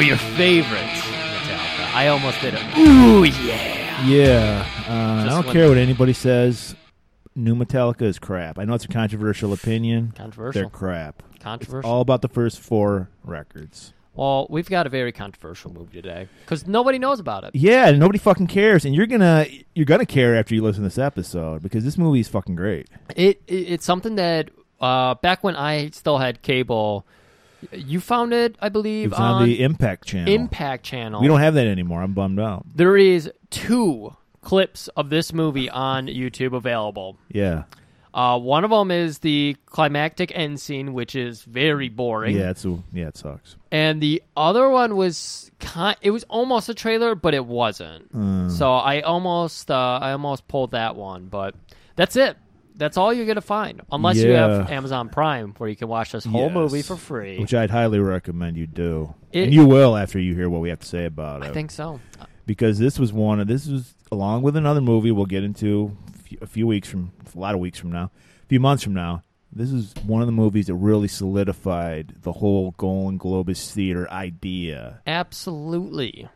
favorite Metallica. I almost did a ooh yeah. Yeah, uh, I Just don't one care thing. what anybody says. New Metallica is crap. I know it's a controversial opinion. Controversial. They're crap. Controversial. All about the first four records. well, we've got a very controversial movie today because nobody knows about it. Yeah, and nobody fucking cares, and you're gonna you're gonna care after you listen to this episode because this movie is fucking great. It, it it's something that uh, back when I still had cable, you found it, I It believe, was on the Impact channel. Impact Channel. We don't have that anymore. I'm bummed out. there is two clips of this movie on YouTube available. Yeah, Uh, one of them is the climactic end scene, which is very boring. yeah, it's a, yeah, it sucks. And the other one was kind. It was almost a trailer, but it wasn't. Hmm. So I almost, uh, I almost pulled that one. But that's it. That's all you're gonna find, unless you have Yeah. Amazon Prime, where you can watch this whole Yes. movie for free. which I'd highly recommend you do, It- and you will after you hear what we have to say about it. I think so. because this was one of this was along with another movie we'll get into a few- a few weeks from a lot of weeks from now, a few months from now. This is one of the movies that really solidified the whole Golden Globus theater idea Absolutely.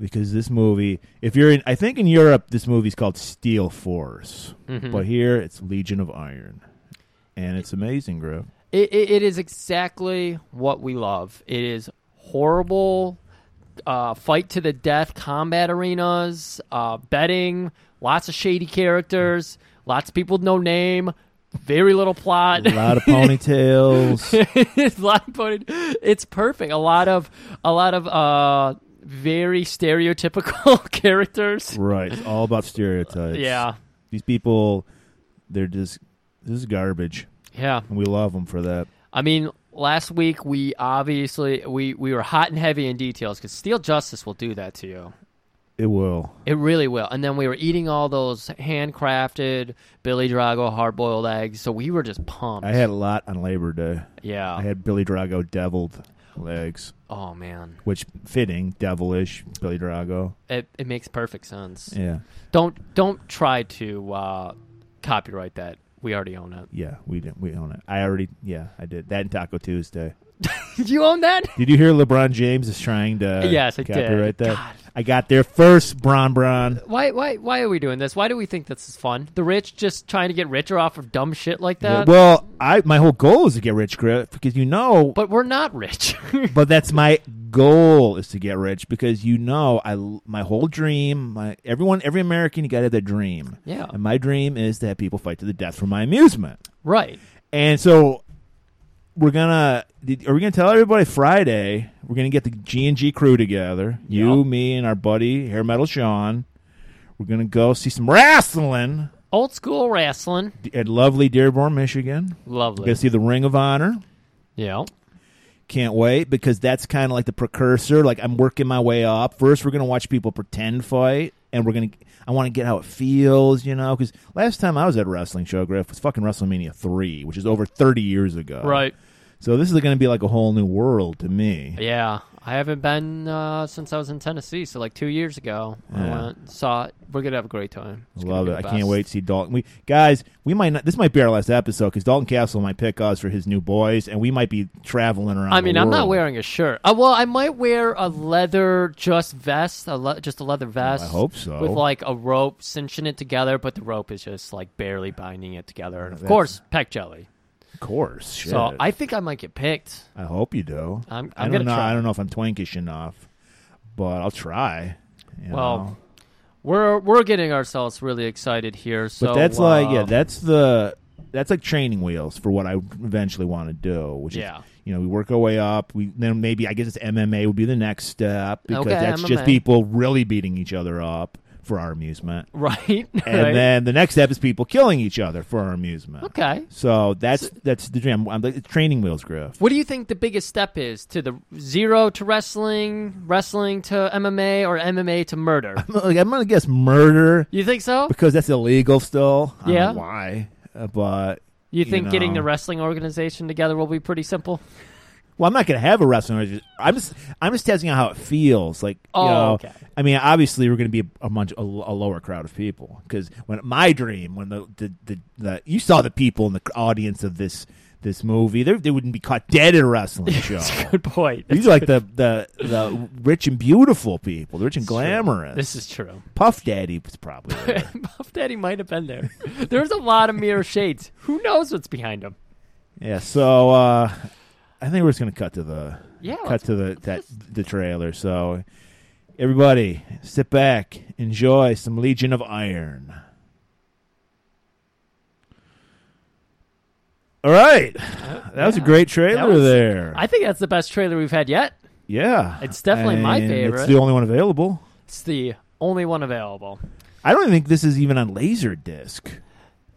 because this movie, if you're in, I think in Europe this movie's called Steel Force, but here it's Legion of Iron, and it's amazing, Griff. It, it, it is exactly what we love. It is horrible, uh, fight to the death combat arenas, uh, betting, lots of shady characters, lots of people with no name, very little plot. A lot of ponytails. it's lot of voted- It's perfect. A lot of a lot of uh, very stereotypical characters. Right. It's all about stereotypes. Yeah, These people, they're just, this is garbage. yeah. And we love them for that. I mean, last week we obviously we we were hot and heavy in details because Steel Justice will do that to you. It will. It really will. And then we were eating all those handcrafted Billy Drago hard boiled eggs, so we were just pumped. I had a lot on Labor Day. yeah. I had Billy Drago deviled legs, oh man, which fitting, devilish Billy Drago. it it makes perfect sense. Yeah, Don't don't try to uh, copyright that. We already own it. yeah, we didn't. We own it. I already. Yeah, I did that in Taco Tuesday. you own that? Did you hear LeBron James is trying to? Yes, I did. copyright that. God. I got there first, Bron Bron. Why why why are we doing this? Why do we think this is fun? The rich just trying to get richer off of dumb shit like that. well, I my whole goal is to get rich, Griff, because you know. but we're not rich. but that's my goal is to get rich because you know I my whole dream my everyone every American you got to have that dream Yeah. and my dream is to have people fight to the death for my amusement right. and so we're gonna did- are we gonna tell everybody Friday we're gonna get the G and G crew together you Yeah. me and our buddy Hair Metal Sean we're gonna go see some wrestling Old school wrestling. at lovely Dearborn Michigan we're Lovely. gonna see the Ring of Honor Yeah. Can't wait because that's kind of like the precursor. Like I'm working my way up. First, we're gonna watch people pretend fight, and we're gonna. I want to get how it feels, you know. Because last time I was at a wrestling show, Griff was fucking WrestleMania three, which is over 30 years ago. Right. So this is gonna be like a whole new world to me. Yeah, I haven't been uh, since I was in Tennessee, so like two years ago. Yeah. I went, saw it. We're gonna have a great time. It's gonna Love be it. the I best. can't wait to see Dalton. We guys, we might not. This might be our last episode because Dalton Castle might pick us for his new boys, and we might be traveling around. I mean, the I'm not world. wearing a shirt. Uh, well, I might wear a leather just vest, a le- just a leather vest. Oh, I hope so. With like a rope cinching it together, but the rope is just like barely binding it together. And of That's- course, peck jelly. Of course. Shit. So I think I might get picked. I hope you do. I'm- I I'm do gonna not know. try. I don't know if I'm twinkish enough, but I'll try. you Well, know. We're we're getting ourselves really excited here. So but that's uh, like yeah, that's the that's like training wheels for what I eventually want to do. Which Yeah. is you know we work our way up. We then maybe I guess it's MMA would be the next step because Okay, that's just MMA. people really beating each other up for our amusement. right. And right? then the next step is people killing each other for our amusement. okay. So that's that's the dream. I'm, I'm like it's training wheels, Griff. What do you think the biggest step is to the zero to wrestling, wrestling to MMA, or MMA to murder? Like, I'm gonna guess murder You think so? because that's illegal still. I don't Yeah. know why? Uh, But You think know. getting the wrestling organization together will be pretty simple? well, I'm not going to have a wrestling. orgy. I'm just I'm just testing out how it feels. Like, you Oh, know, okay. I mean, obviously we're going to be a, a much a, l- a lower crowd of people because when my dream when the the, the the you saw the people in the audience of this this movie. They, they wouldn't be caught dead at a wrestling show. That's a good point. These are like the, the the rich and beautiful people, the rich and glamorous. This is true. Puff Daddy was probably there. Puff Daddy might have been there. There's a lot of mirror shades. Who knows what's behind them? yeah. So uh, I think we're just gonna cut to the Yeah, cut let's- to the that, the trailer. So everybody, sit back, enjoy some Legion of Iron. All right, that was a great trailer Oh, That was- there. I think that's the best trailer we've had yet. yeah, It's definitely my And It's favorite. the only one available. It's the only one available. I don't think this is even on Laserdisc.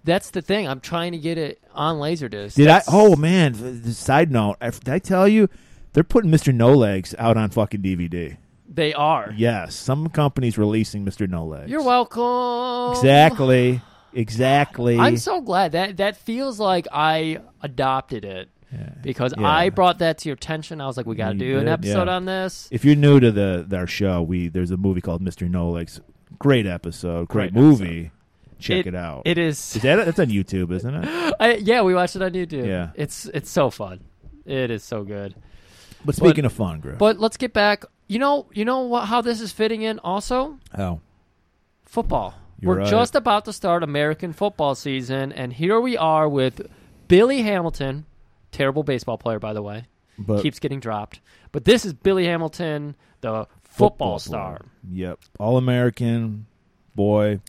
That's the thing. I'm trying to get it on Laserdisc. Did That's- I? Oh man! th- th- Side note, I- did I tell you they're putting Mister No Legs out on fucking DVD? They are. Yes, some companies releasing Mister No Legs. You're welcome. Exactly. Exactly. I'm so glad that that feels like I adopted it because Yeah. I brought that to your attention. I was like, we got to You do an did, episode yeah. on this. if you're new to the our show, we there's a movie called Mister No Legs. Great episode. Great, Great movie. Check it, out. It is. Is that that's on YouTube, isn't it? I, yeah, we watched it on YouTube. Yeah. It's it's so fun. It is so good. But speaking of fun, Griff. But let's get back. You know, you know what, how this is fitting in. Also, oh, football. You're We're right. just about to start American football season, and here we are with Billy Hamilton, terrible baseball player, by the way, but keeps getting dropped. But this is Billy Hamilton, the football, star, player. Yep, all American boy.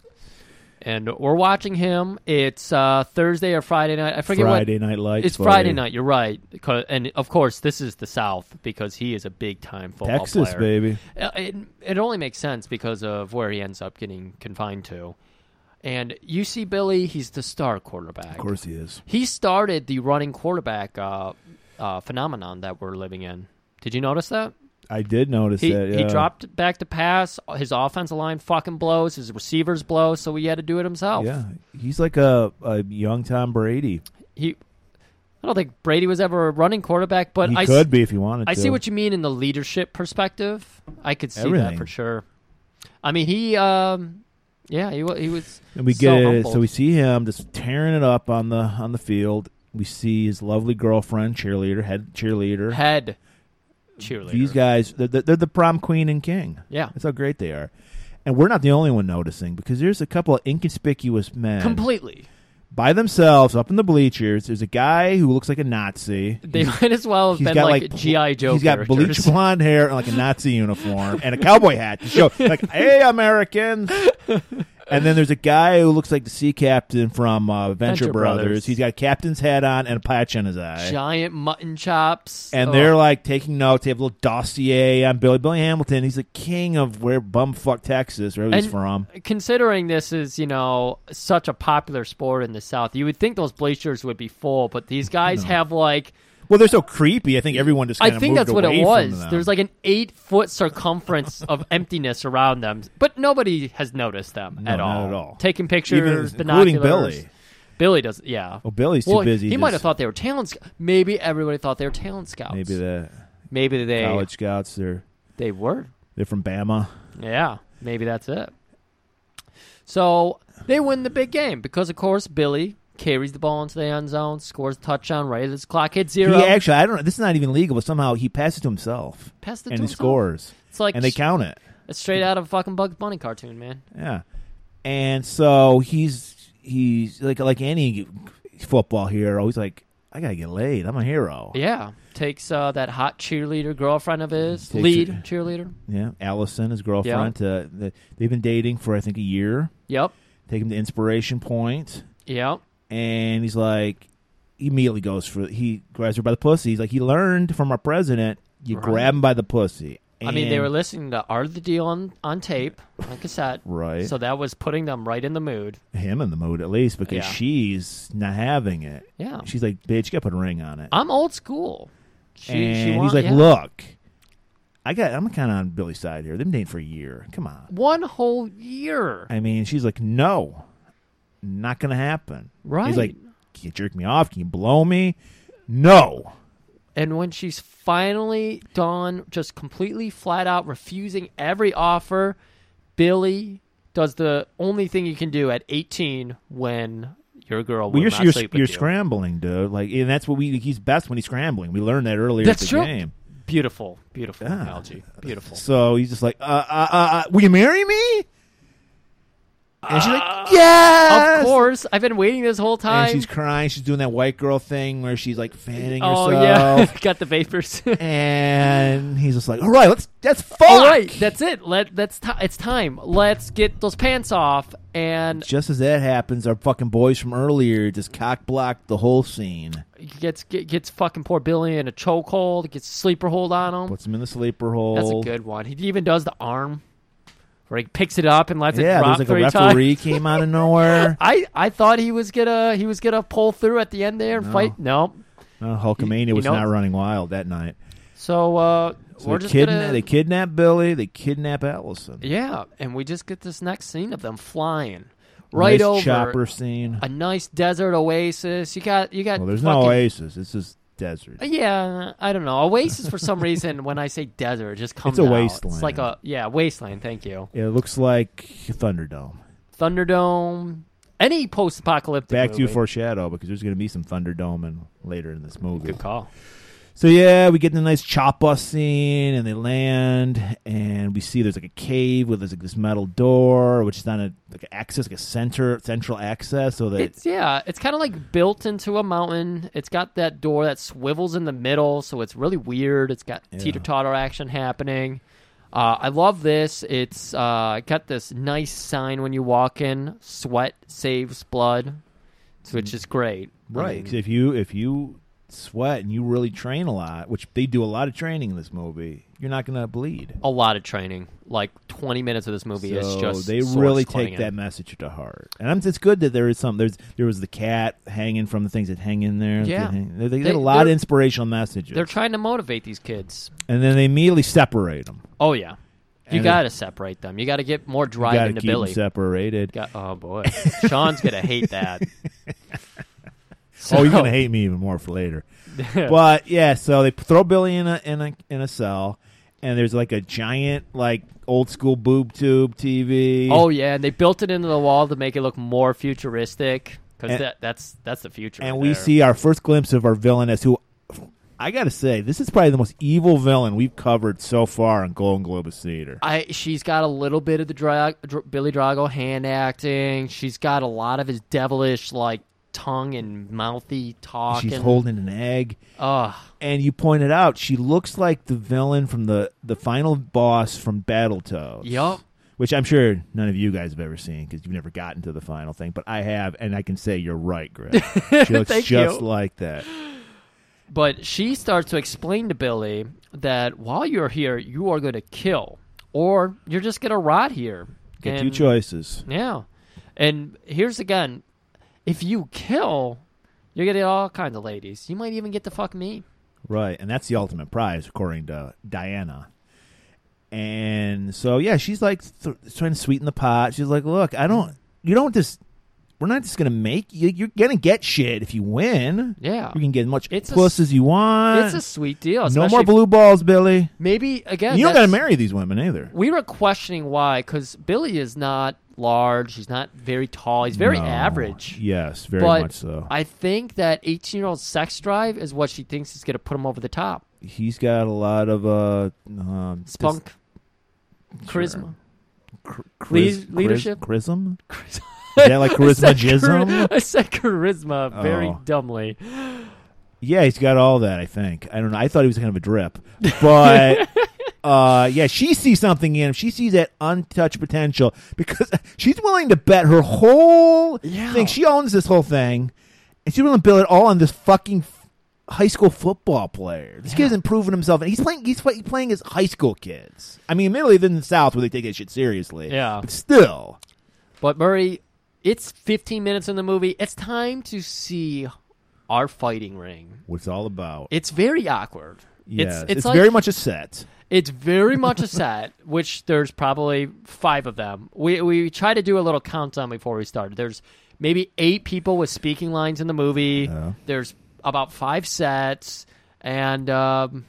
and we're watching him. It's uh, Thursday or Friday night. I forget what. Friday Night Lights. It's Friday buddy. night. You're right, 'Cause- and of course this is the South because he is a big time football Texas, player. baby. Uh, it, it only makes sense because of where he ends up getting confined to. And you see Billy, he's the star quarterback. Of course he is. He started the running quarterback uh, uh, phenomenon that we're living in. Did you notice that? I did notice He, that. he yeah. dropped back to pass. His offensive line fucking blows. His receivers blow. So he had to do it himself. Yeah, he's like a, a young Tom Brady. He, I don't think Brady was ever a running quarterback, but he I, s- could be if he wanted. I to. see what you mean in the leadership perspective. I could see that Everything. for sure. I mean, he, um, yeah, he, wa- he was. And we so get it. humbled. so we see him just tearing it up on the on the field. We see his lovely girlfriend, cheerleader, head cheerleader. head cheerleader. These guys, they're, they're the prom queen and king. Yeah. that's how great they are. And we're not the only one noticing because there's a couple of inconspicuous men completely. by themselves up in the bleachers. There's a guy who looks like a Nazi. They might as well have He's been got like, like, bl- GI Joe. He's got characters. bleach blonde hair and like a Nazi uniform and a cowboy hat to show like, hey, Americans. And then there's a guy who looks like the sea captain from uh, Venture, Venture Brothers. Brothers. He's got a captain's hat on and a patch on his eye. giant mutton chops, and Oh, they're like taking notes. They have a little dossier on Billy Billy Hamilton. He's the king of where bumfuck Texas, wherever he's And- from. considering this is you know such a popular sport in the South. You would think those bleachers would be full, but these guys have like Well, they're so creepy. I think everyone just. I Kind of think moved that's what away it from was. them. There's like an eight foot circumference of emptiness around them, but nobody has noticed them No, at not all. at all. Taking pictures, including binoculars. Billy. Billy does, yeah. Oh, Billy's too Well, busy. He might have just- thought they were talent. sc- Maybe everybody thought they were talent scouts. maybe the Maybe they college scouts. They're they were. they're from Bama. Yeah, maybe that's it. So they win the big game because, of course, Billy carries the ball into the end zone, scores a touchdown right as the clock hits zero. He actually, I don't know. This is not even legal, but somehow he passed it to himself Passed it and to he himself. scores, It's like and they count it. it's straight out of a fucking Bugs Bunny cartoon, man. Yeah, and so he's he's like like any football hero. He's like, I gotta get laid. I'm a hero. Yeah, takes uh, that hot cheerleader girlfriend of his, Takes lead it. cheerleader. Yeah, Allison, his girlfriend. Uh, the, they've been dating for I think a year. Yep, Take him to Inspiration Point, yep. and he's like, he immediately goes for he grabs her by the pussy. He's like, he learned from our president, you Right. grab him by the pussy. I mean, they And- were listening to Art of the Deal on, on tape, on cassette. right. So that was putting them right in the mood. him in the mood at least because Yeah. she's not having it. Yeah. She's like, bitch, you gotta put a ring on it. I'm old school. Uh, She, and she want- he's like, yeah. look, I got, I'm kind of on Billy's side here. They've been dating for a year. Come on. one whole year. I mean, she's like, no, not gonna happen. Right. He's like, can you jerk me off? Can you blow me? No. And when she's finally done, just completely flat out refusing every offer, Billy does the only thing you can do at 18 when Your girl will Well, you're not you're, sleep with you're you. scrambling, dude. Like, and that's what we. He's best when he's scrambling. We learned that earlier That's at the true. game. Beautiful, beautiful Yeah. analogy. Beautiful. So he's just like, uh, uh, uh, uh, "Will you marry me?" And she's like, "Yes, Uh, Of course, I've been waiting this whole time. And she's crying. She's doing that white girl thing where she's like fanning oh yeah, herself. got the vapors. and he's just like, "All right, let's let's fuck." All right, that's it. Let that's ti it's time. Let's get those pants off and just as that happens, our fucking boys from earlier just cock blocked the whole scene. gets get, gets fucking poor Billy in a chokehold. Gets a sleeper hold on him. Puts him in the sleeper hole. That's a good one. He even does the arm where he picks it up and lets it Yeah, drop there's like a three referee times. came out of nowhere. I, I thought he was gonna he was gonna pull through at the end there and fight. No. No, Uh, Hulkamania You was know- not running wild that night. So uh So we're they, just kidna- gonna they kidnap Billy. They kidnap Allison. Yeah, and we just get this next scene of them flying right nice over chopper scene. a nice desert oasis. You got you got well, there's no fucking- Uh, oasis. It's just desert. Yeah, I don't know. Oasis for some reason when I say desert it just comes a out. It's wasteland. like a yeah, wasteland, thank you. It looks like Thunderdome. Thunderdome. Any post apocalyptic Back to you foreshadow because there's going to be some Thunderdome in, later in this movie. Good call. So yeah, we get the nice chop bus scene, and they land, and we see there's like a cave with there's like this metal door, which is on a like an access, like a center central access, so that It's yeah, it's kind of like built into a mountain. It's got that door that swivels in the middle, so it's really weird. It's got teeter totter action happening. Uh, I love this. It's uh, got this nice sign when you walk in: "Sweat saves blood," which is great. I right. 'cause mean, if you if you sweat and you really train a lot, which they do a lot of training in this movie, you're not going to bleed. a lot of training, like twenty minutes of this movie is So just they source really clinging. take that message to heart, and I'm, it's good that there is some. There's there was the cat hanging from the things that hang in there. Yeah. they, they, They- get a lot of they're- inspirational messages, They're trying to motivate these kids. and then they immediately separate them. Oh yeah, you And got to separate them. You got to get more drive Got to into keep Billy. them separated. Got, oh boy, Sean's gonna hate that. oh, you're So- gonna hate me even more for later. but yeah, so they throw Billy in a in a in a cell, and there's like a giant like old school boob tube TV. Oh yeah, and they built it into the wall to make it look more futuristic because And- that, that's that's the future. and right we there. see our first glimpse of our villainess who. I gotta say, this is probably the most evil villain we've covered so far on Golden Globus Theater. I she's got a little bit of the Dra- Dr- Billy Drago hand acting. She's got a lot of his devilish like tongue and mouthy talk. She's and, holding an egg, Ugh. and you pointed out she looks like the villain from the the final boss from Battletoads. Yup. Which I'm sure none of you guys have ever seen because you've never gotten to the final thing, but I have, and I can say you're right, Greg. She looks Thank just you. like that. But she starts to explain to Billy that while you're here, you are going to kill, or you're just going to rot here. Get two And- choices. Yeah. And here's again if you kill, you're going to get all kinds of ladies. You might even get to fuck me. Right, and that's the ultimate prize, according to Diana. And so, yeah, she's like th- trying to sweeten the pot. She's like, "Look, I don't. You don't just. We're not just gonna make you. You're gonna get shit if you win. Yeah. you can get as much It's a puss s- as you want. It's a sweet deal. no especially more if- blue balls, Billy. Maybe, again. you don't gotta that's- marry these women either. We were questioning why, because Billy is not large. He's not very tall. He's very No. average. Yes, very but much so. I think that 18 year old sex drive is what she thinks is going to put him over the top. He's got a lot of uh, um, dis- Spunk. Charisma. cr- Lead- chris- leadership? chris- chrism. Charisma. Is that like I said charismagism? chari- I said charisma very Oh. dumbly. Yeah, he's got all that. I think. I don't know. I thought he was kind of a drip, but uh, yeah, she sees something in him. She sees that untouched potential because she's willing to bet her whole Yeah. thing. She owns this whole thing, and she's willing to build it all on this fucking f- high school football player. This kid isn't proving himself, and he's playing. He's, play, he's playing as high school kids. I mean, admittedly, they're in the South where they take that shit seriously. Yeah. but still, But Murray, it's 15 minutes in the movie. It's time to see our fighting ring. what's all about? It's very awkward. yes, It's, it's, like, very much a set. It's very much a set, which there's probably five of them. We we try to do a little countdown before we started. There's maybe eight people with speaking lines in the movie. Yeah. There's about five sets, and um,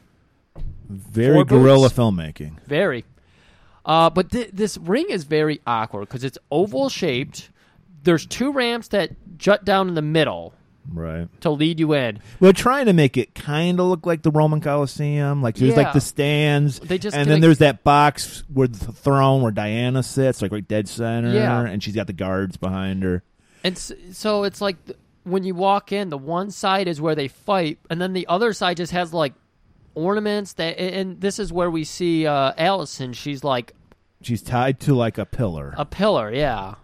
Very Four boots. guerrilla filmmaking. Very. Uh, but th- this ring is very awkward because it's oval shaped. there's two ramps that jut down in the middle Right. to lead you in. We're trying to make it kind of look like the Roman Colosseum. Like there's Yeah. like the stands, They just and kinda- then there's that box where the throne where Diana sits, like right dead center. Yeah. and she's got the guards behind her. And s- so it's like th- when you walk in, the one side is where they fight, and then the other side just has like ornaments that. a- And this is where we see uh, Allison. She's like She's tied to like a pillar, a pillar, yeah,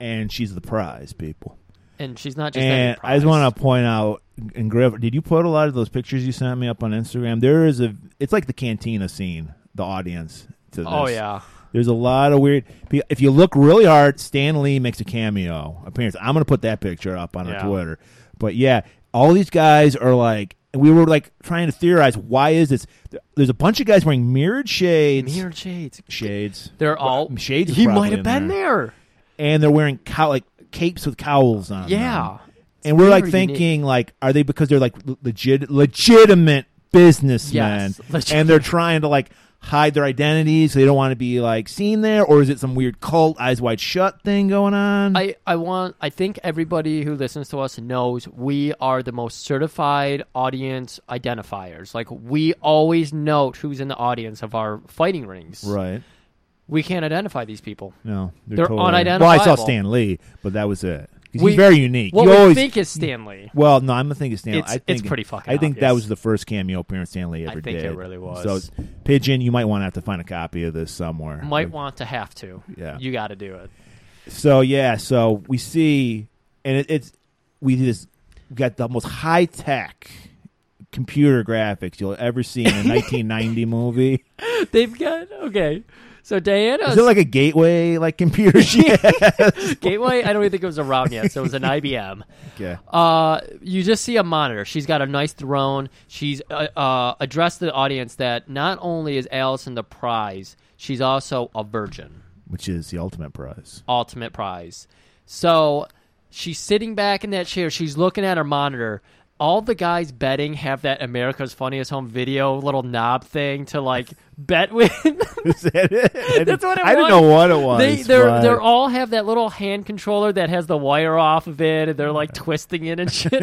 and she's the prize, people. and she's not just. And I just want to point out, and Griff, did you put a lot of those pictures you sent me up on Instagram? There is a, it's like the cantina scene, the audience to this. Oh yeah, There's a lot of weird. If you look really hard, Stan Lee makes a cameo appearance. I'm gonna put that picture up on Yeah. our Twitter. But yeah, all these guys are like, and we were like trying to theorize why is this? There's a bunch of guys wearing mirrored shades. mirrored shades. shades. They're all Shades is He probably might have in been there. and they're wearing cow- like capes with cowls on. Yeah, them. and we're like very thinking like, are they because they're like l- legit legitimate businessmen Yes, legit- and they're trying to like hide their identities so they don't want to be like seen there or is it some weird cult eyes wide shut thing going on I, I want I think everybody who listens to us knows we are the most certified audience identifiers. Like we always note who's in the audience of our fighting rings. right We can't identify these people. no They're totally- unidentifiable. well i saw stan lee but that was it 'Cause We- he's very unique What you we always think is Stanley. well no i'm thinking stan It's- I it's think, pretty fucking i think that obvious. was the first cameo appearance stan lee ever think it did really was. so pigeon you might want to have to find a copy of this somewhere Might want to have to. Yeah. You got to do it. So yeah, so we see, and it, it's we just got the most high tech computer graphics you'll ever see in a 1990 movie. They've got okay. So Diana's Is it like a gateway like computer? yeah. gateway. I don't even think it was around yet. So it was an IBM. Okay. Uh, you just see a monitor. She's got a nice throne. She's uh, uh, addressed the audience that not only is Allison the prize, she's also a virgin, Which is the ultimate prize. ultimate prize. So she's sitting back in that chair. She's looking at her monitor. All the guys betting have that America's Funniest Home Video little knob thing to like bet with. Is that it? I That's what it I was. didn't know what it was. They they're, but- they're all have that little hand controller that has the wire off of it, and they're like twisting it and shit.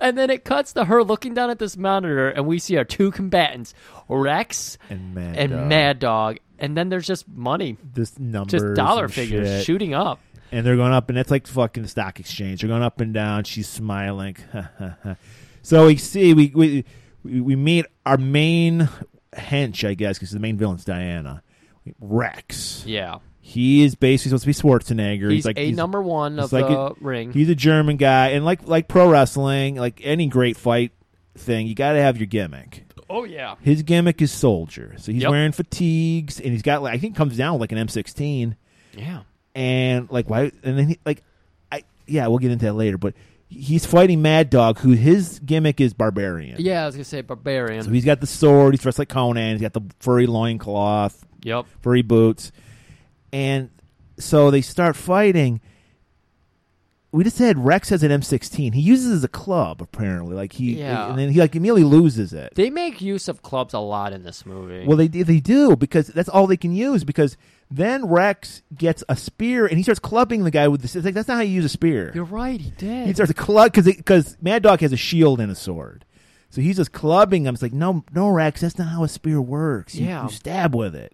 and then it cuts to her looking down at this monitor, and we see our two combatants, Rex And Mad and Dog. Mad Dog. And then there's just money, this numbers, just dollar and figures shit. shooting up. and they're going up, and it's like fucking the stock exchange. They're going up and down. She's smiling. so we see we we we we meet our main hench, I guess, because the main villain's Diana Rex. Yeah, He is basically supposed to be Schwarzenegger. he's, like a number one of he's like the a- ring. He's a German guy, and like like pro wrestling, like any great fight thing, you got to have your gimmick. oh yeah, His gimmick is soldier, so he's Yep. wearing fatigues, and he's got like I think comes down with like an M sixteen yeah. and like why and then he, like I yeah we'll get into that later but he's fighting Mad Dog who his gimmick is barbarian Yeah, I was gonna say barbarian. so he's got the sword he's dressed like Conan he's got the furry loincloth yep. furry boots and so they start fighting we just had Rex has an M16 he uses it as a club apparently like he Yeah. and then he like immediately loses it They make use of clubs a lot in this movie. well, they they do because that's all they can use. Because then Rex gets a spear and he starts clubbing the guy with the. It's like that's not how you use a spear. you're right. He did. He starts club because because Mad Dog has a shield and a sword, so he's just clubbing him. It's like no, no, Rex, that's not how a spear works. You, Yeah. you stab with it.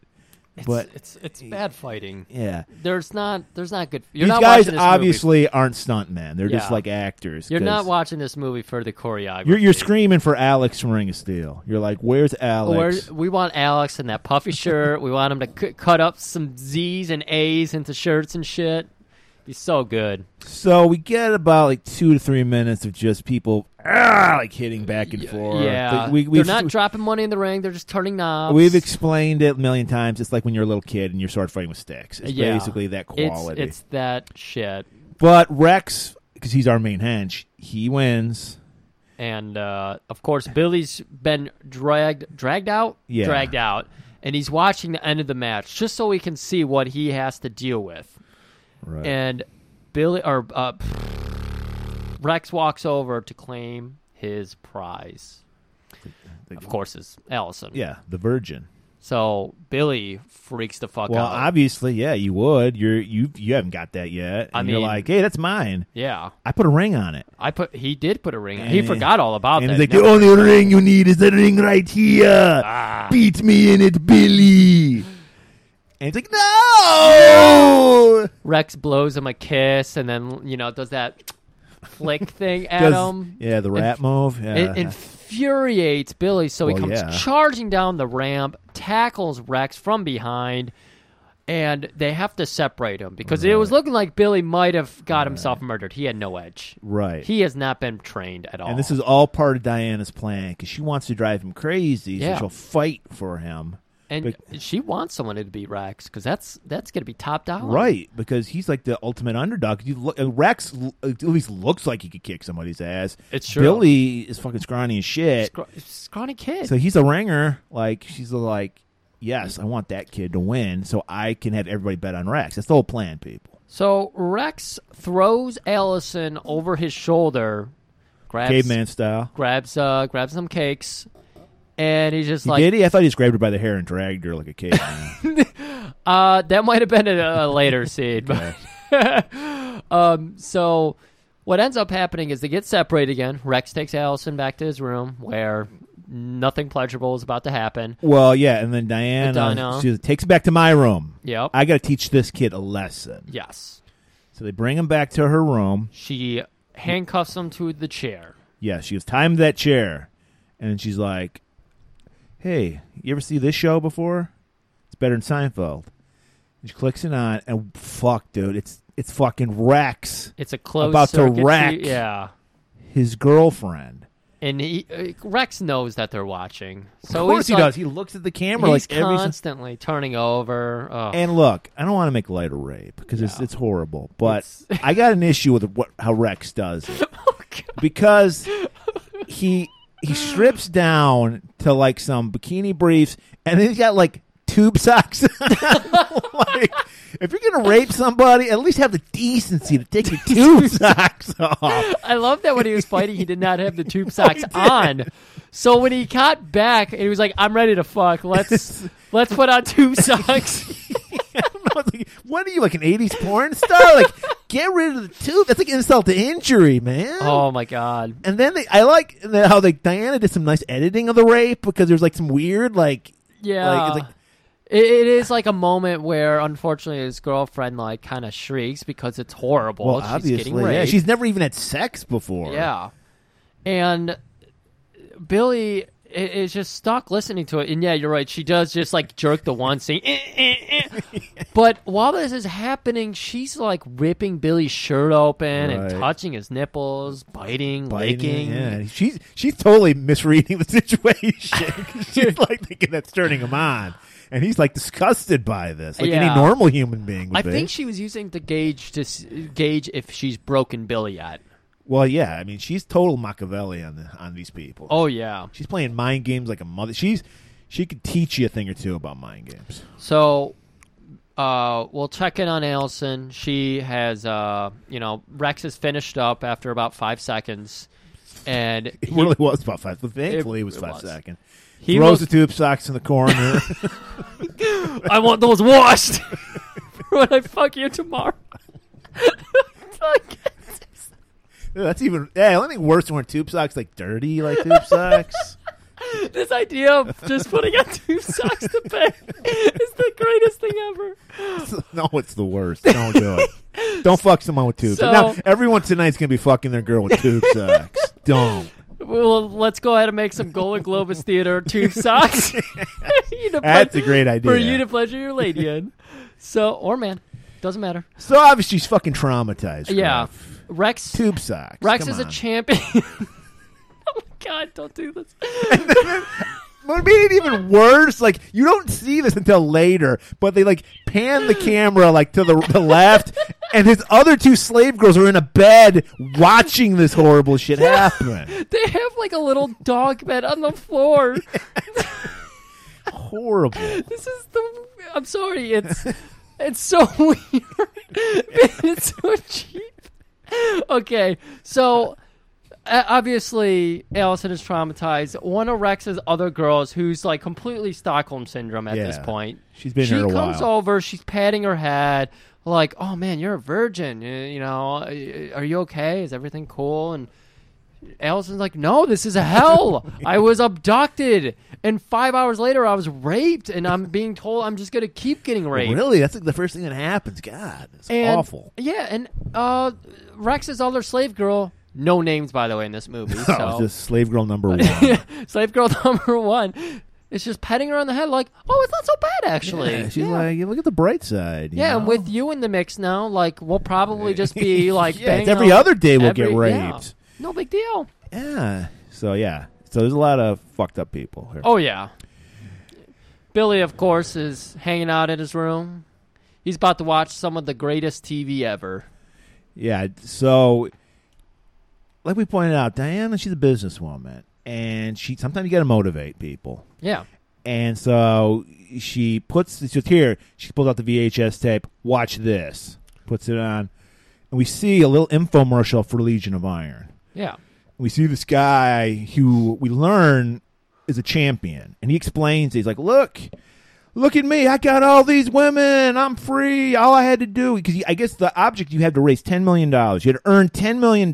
it's, but- it's it's bad fighting. Yeah, There's not. There's not good. You're these not guys watching this movie- obviously aren't stuntmen. They're just Yeah. like actors. You're 'cause not watching this movie for the choreography. You're, you're screaming for Alex from Ring of Steel. You're like, where's Or Alex? we want Alex in that puffy shirt. we want him to c- cut up some Z's and A's into shirts and shit. Be so good. so we get about like two to three minutes of just people ah, like hitting back and forth. yeah, we, they're we've- not dropping money in the ring. They're just turning knobs. We've explained it a million times. It's like when you're a little kid and you're sword fighting with sticks. It's Yeah. basically that it's quality. it's that shit. But Rex, because he's our main hench, he wins. And uh, of course, Billy's been dragged dragged out, Yeah. dragged out, and he's watching the end of the match just so he can see what he has to deal with. Right. and Billy or uh, Rex walks over to Mm-hmm. claim his prize. Of course, it's Allison. yeah, the Virgin. So Billy freaks the fuck Well, out. obviously, yeah, you would. You're you you haven't got that yet. And I you're mean- like, hey, that's mine. yeah, I put a ring on it. I put he did put a ring. on. And He he- forgot all about And that. he's like, Never- the only ring you need is the ring right here. Ah. Beat me in it, Billy. And he's like, no. Rex blows him a kiss, and then you know does that flick thing at Does- him. yeah, the rat move. Yeah. It infuriates Billy, so he Uh-huh. Well, comes yeah. charging down the ramp, tackles Rex from behind, and they have to separate him because it was looking like Billy might have got himself murdered. He had no edge. right. He has not been trained at all. and this is all part of Diana's plan because she wants to drive him crazy, Yeah. so she'll fight for him. and she wants someone to beat Rex because that's that's going to be top dollar. Right, because he's like the ultimate underdog. You look, and Rex l- at least looks like he could kick somebody's ass. It's true. Billy is fucking scrawny as shit. Scra- scrawny kid. So he's a ringer. Like she's like, yes, I want that kid to win, so I can have everybody bet on Rex. That's the whole plan, people. So Rex throws Allison over his shoulder, grabs Caveman style. grabs uh grabs some cakes, and he's just He like, did he? I thought he just grabbed her by the hair and dragged her like a caveman. uh, that might have been a, a later scene, but um, so what ends up happening is they get separated again. Rex takes Allison back to his room where nothing pleasurable is about to happen. well, yeah, and then Diana, Diana. she takes him back to my room. Yep. I got to teach this kid a lesson. yes. So they bring him back to her room. She handcuffs him to the chair. Yeah, she goes, time that chair. And she's like, hey, you ever see this show before? It's better than Seinfeld. And she clicks it on, and fuck, dude, it's it's fucking Rex, It's a close About to wreck. Yeah. his girlfriend. And he, uh, Rex knows that they're watching. So of he's course he like- does. He looks at the camera he's like every. si- constantly turning over. Oh, and look, I don't want to make light of rape because it's Yeah. it's horrible, but It's- I got an issue with what how Rex does it. Oh, God. because he he strips down to like some bikini briefs and then he's got like tube socks on. like if you're gonna rape somebody at least have the decency to take your tube socks off I love that when he was fighting, he did not have the Oh, tube socks on. So when he got back, he was like, "I'm ready to fuck. Let's let's put on tube socks." I don't know, it's like, what are you like an 80s porn star like get rid of the tube that's like insult to injury man oh my god! and then they, I like the- how like Diana did some nice editing of the rape because there's like some weird like Yeah, Like, it's like- it, it is like a moment where, unfortunately, his girlfriend like kind of shrieks because it's horrible. well, she's getting obviously raped. yeah, she's never even had sex before Yeah. And Billy i- is just stuck listening to it. And yeah, you're right. She does just like jerk the one scene. Eh, eh, eh. but while this is happening, she's like ripping Billy's shirt open and Right. touching his nipples, biting, biting, licking. Yeah, she's she's totally misreading the situation. she's like thinking that's turning him on, and he's like disgusted by this, like any Yeah. normal human being. Would I be. think she was using the gauge to s- gauge if she's broken Billy yet. well, yeah, I mean, she's total Machiavelli on the, on these people. Oh yeah. she's playing mind games like a mother. She's she could teach you a thing or two about mind games. So, uh, we'll check in on Allison. She has, uh, you know, Rex is finished up after about five seconds, and It he, really was about five. But thankfully, It- it, was it five was. seconds. he Throws looked- the tube socks in the corner. I want those washed for when I fuck you tomorrow. Fuck. Dude, that's even. Yeah, I think worse than wearing tube socks like dirty, like tube socks. this idea of just putting on two socks to bed is the greatest thing ever. No, it's the worst. Don't do it. Don't fuck someone with tubes. So- now everyone tonight's gonna be fucking their girl with tube socks. Don't. Well, let's go ahead and make some Golden Globus Theater two socks. You know, That's a but- great idea. for you to pleasure your lady in. So or man, doesn't matter. so obviously she's fucking traumatized. Yeah, Griff. Rex. Tube socks. Rex Come is a on. champion. oh my god, don't do this. What made it even worse? Like you don't see this until later, but they like pan the camera like to the, the left, and his other two slave girls are in a bed watching this horrible shit happen. They have like a little dog bed on the floor. horrible. This is the. I'm sorry. It's it's so weird. it's so cheap. Okay, so uh, obviously Allison is traumatized. One of Rex's other girls, who's like completely Stockholm syndrome at this Yeah. point, She's been she here a comes while. over. She's patting her head, like, "Oh man, you're a virgin. You, you know, are you okay? Is everything cool?" And Allison's like, "No, this is hell. I was abducted, and five hours later, I was raped, and I'm being told I'm just gonna keep getting raped." Really? That's like the first thing that happens. God, it's And- awful. Yeah, and uh, Rex's other slave girl, no names by the way in this movie. Oh, so it's just slave girl number one. slave girl number one is just petting her on the head, like, "Oh, it's not so bad actually." Yeah, she's Yeah. like, you look at the bright side. you Yeah, and know? with you in the mix now, like we'll probably just be like Yeah, it's banging every on- other day we'll get every- yeah. raped. No big deal. yeah. So yeah. So there's a lot of fucked up people here. Oh yeah. Billy, of course, is hanging out in his room. He's about to watch some of the greatest TV ever. Yeah. So, like we pointed out, Diana, she's a businesswoman, and she sometimes you got to motivate people. Yeah. And so she puts it's just here. She pulls out the VHS tape. Watch this. Puts it on, and we see a little infomercial for Legion of Iron. Yeah. we see this guy who we learn is a champion and he explains he's like look look at me i got all these women i'm free all i had to do because i guess the object you had to raise $10 million you had to earn $10 million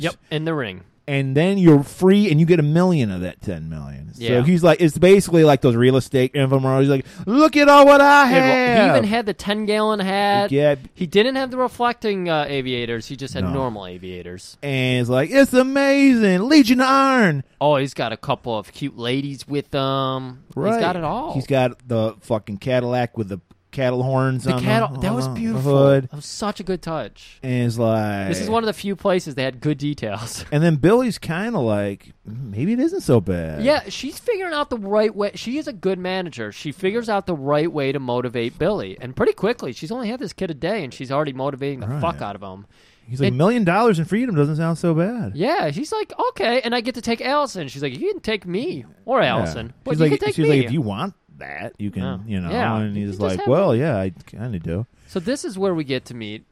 Yep. In the ring. and then you're free and you get a million of that 10 million Yeah. so he's like it's basically like those real estate infomercials he's like look at all what i He have even had the ten gallon hat. Yeah. He didn't have the reflecting uh, aviators. He just had No. normal aviators. and it's like it's amazing legion of iron Oh, he's got a couple of cute ladies with him. Right. He's got it all. He's got the fucking Cadillac with the cattle horns the on cattle. the, That on was the beautiful. hood. That was such a good touch. And it's like This is one of the few places they had good details. And then Billy's kind of like "Mm, maybe it isn't so bad. Yeah, she's figuring out the right way. She is a good manager. She figures out the right way to motivate Billy, and pretty quickly, she's only had this kid a day, and she's already motivating the Right. fuck out of him. He's like It- million dollars in freedom doesn't sound so bad. Yeah, she's like, okay, and I get to take Allison. She's like, you can take me or Yeah. Allison, Oh. but she's you like, can take she's me. like, if you want that, you can, Yeah. you know. Yeah. And You he's can just like, have well, yeah, I kind of do. so this is where we get to meet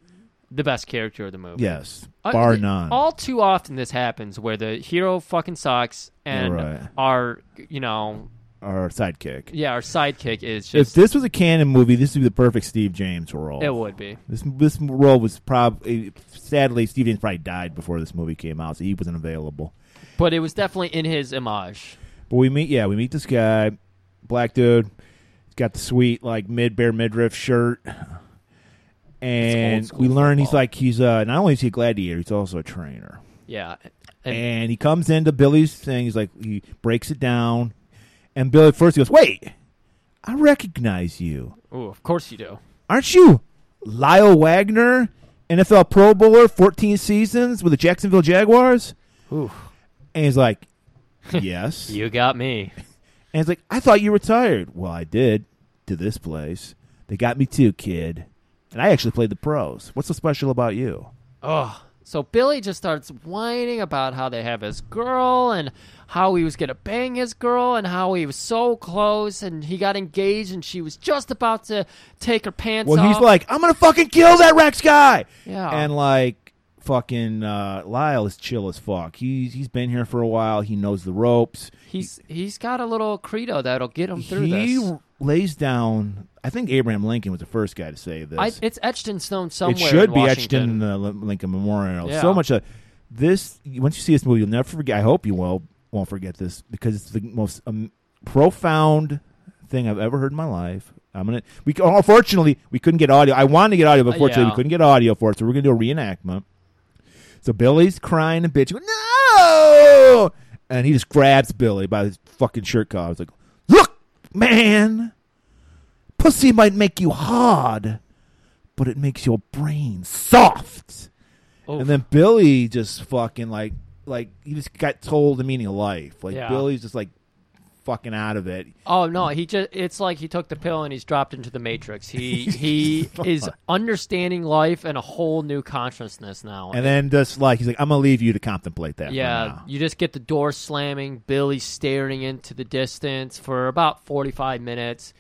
the best character of the movie. Yes, Uh, bar th- none. All too often this happens where the hero fucking sucks and Yeah, right. our you know Our sidekick. yeah our sidekick is If just this was a canon movie, this would be the perfect Steve James role. it would be This this role was probably sadly Steve James probably died before this movie came out, so he wasn't available. but it was definitely in his image. But we meet yeah we meet this guy, black dude, he's got the sweet like mid bare midriff shirt, and It's old we school learn he's football. like he's uh not only is he a gladiator he's also a trainer, Yeah, and, and he comes into Billy's thing he's like he breaks it down, and Billy at first he goes wait, I recognize you. ooh, of course you do. aren't you Lyle Wagner, NFL Pro Bowler, 14 seasons with the Jacksonville Jaguars? Ooh, And he's like, yes. you got me. And he's like, I thought you retired. Well, I did to this place. They got me too, kid. And I actually played the pros. What's so special about you? Oh, so Billy just starts whining about how they have his girl and how he was gonna bang his girl and how he was so close and he got engaged and she was just about to take her pants Well, off. he's like, I'm going to fucking kill that Rex guy. Yeah. And like, fucking uh, Lyle is chill as fuck. He's, he's been here for a while. He knows the ropes. He's he's got a little credo that'll get him through he this. lays down. I think Abraham Lincoln was the first guy to say this. I, it's etched in stone somewhere. it should in be etched Washington. in the L- Lincoln Memorial. Yeah. So much. Uh, this once you see this movie, you'll never forget. I hope you will won't forget this because it's the most um, profound thing I've ever heard in my life. I'm gonna. We c- unfortunately we couldn't get audio. I wanted to get audio, but unfortunately yeah. we couldn't get audio for it. So we're gonna do a reenactment. So Billy's crying and bitching. No, and he just grabs Billy by his fucking shirt collar. He's like, "Look, man, pussy might make you hard, but it makes your brain soft." Oof. And then Billy just fucking like like he just got told the meaning of life. Like Yeah. Billy's just like fucking out of it. oh no, he just—it's like he took the pill and he's dropped into the matrix. He he is understanding life and a whole new consciousness now. And then just like he's like, I'm gonna leave you to contemplate that. for yeah, now." you just get the door slamming, Billy staring into the distance for about forty-five minutes.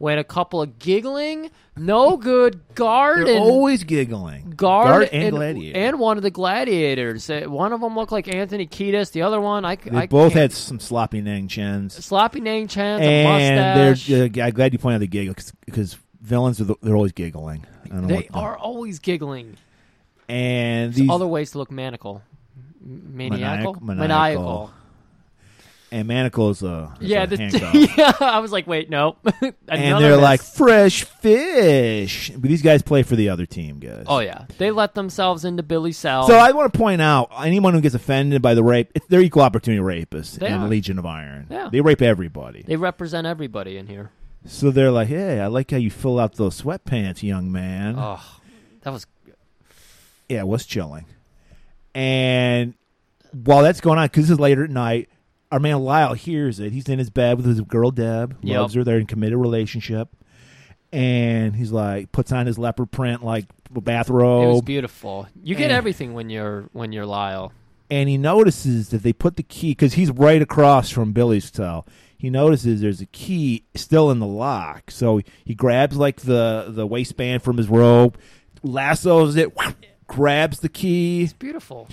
when a couple of giggling, no good guard They're and always giggling. guard, and, gladiator. and one of the gladiators. Uh, One of them looked like Anthony Kiedis. The other one, I, c- they I both can't- had some sloppy Nang chins. sloppy Nang Chans, a and mustache. they're. Uh, I'm glad you pointed out the giggle because villains are the, they're always giggling. I don't know they what the- are always giggling. And these Other ways to look maniacal, M- maniacal, Maniac- maniacal. and manacles. Uh, is Yeah, a this, handcuff. yeah, I was like, wait, no. and Another they're miss. like fresh fish. But these guys play for the other team, guys. oh yeah, they let themselves into Billy Sal. So I want to point out anyone who gets offended by the rape, it's- they're equal opportunity rapists They in are. Legion of Iron. Yeah. They rape everybody. they represent everybody in here. So they're like, "Hey, I like how you fill out those sweatpants, young man." Oh, that was Yeah, it was chilling. And while that's going on, because this is later at night, our man Lyle hears it. He's in his bed with his girl Deb, who Yep. loves her. They're in a committed relationship, and he's like puts on his leopard print like it was bathrobe, beautiful. You get Eh. everything when you're when you're Lyle. and he notices that they put the key because he's right across from Billy's cell. He notices there's a key still in the lock, so he grabs like the the waistband from his robe, lassos it, grabs the key, Beautiful.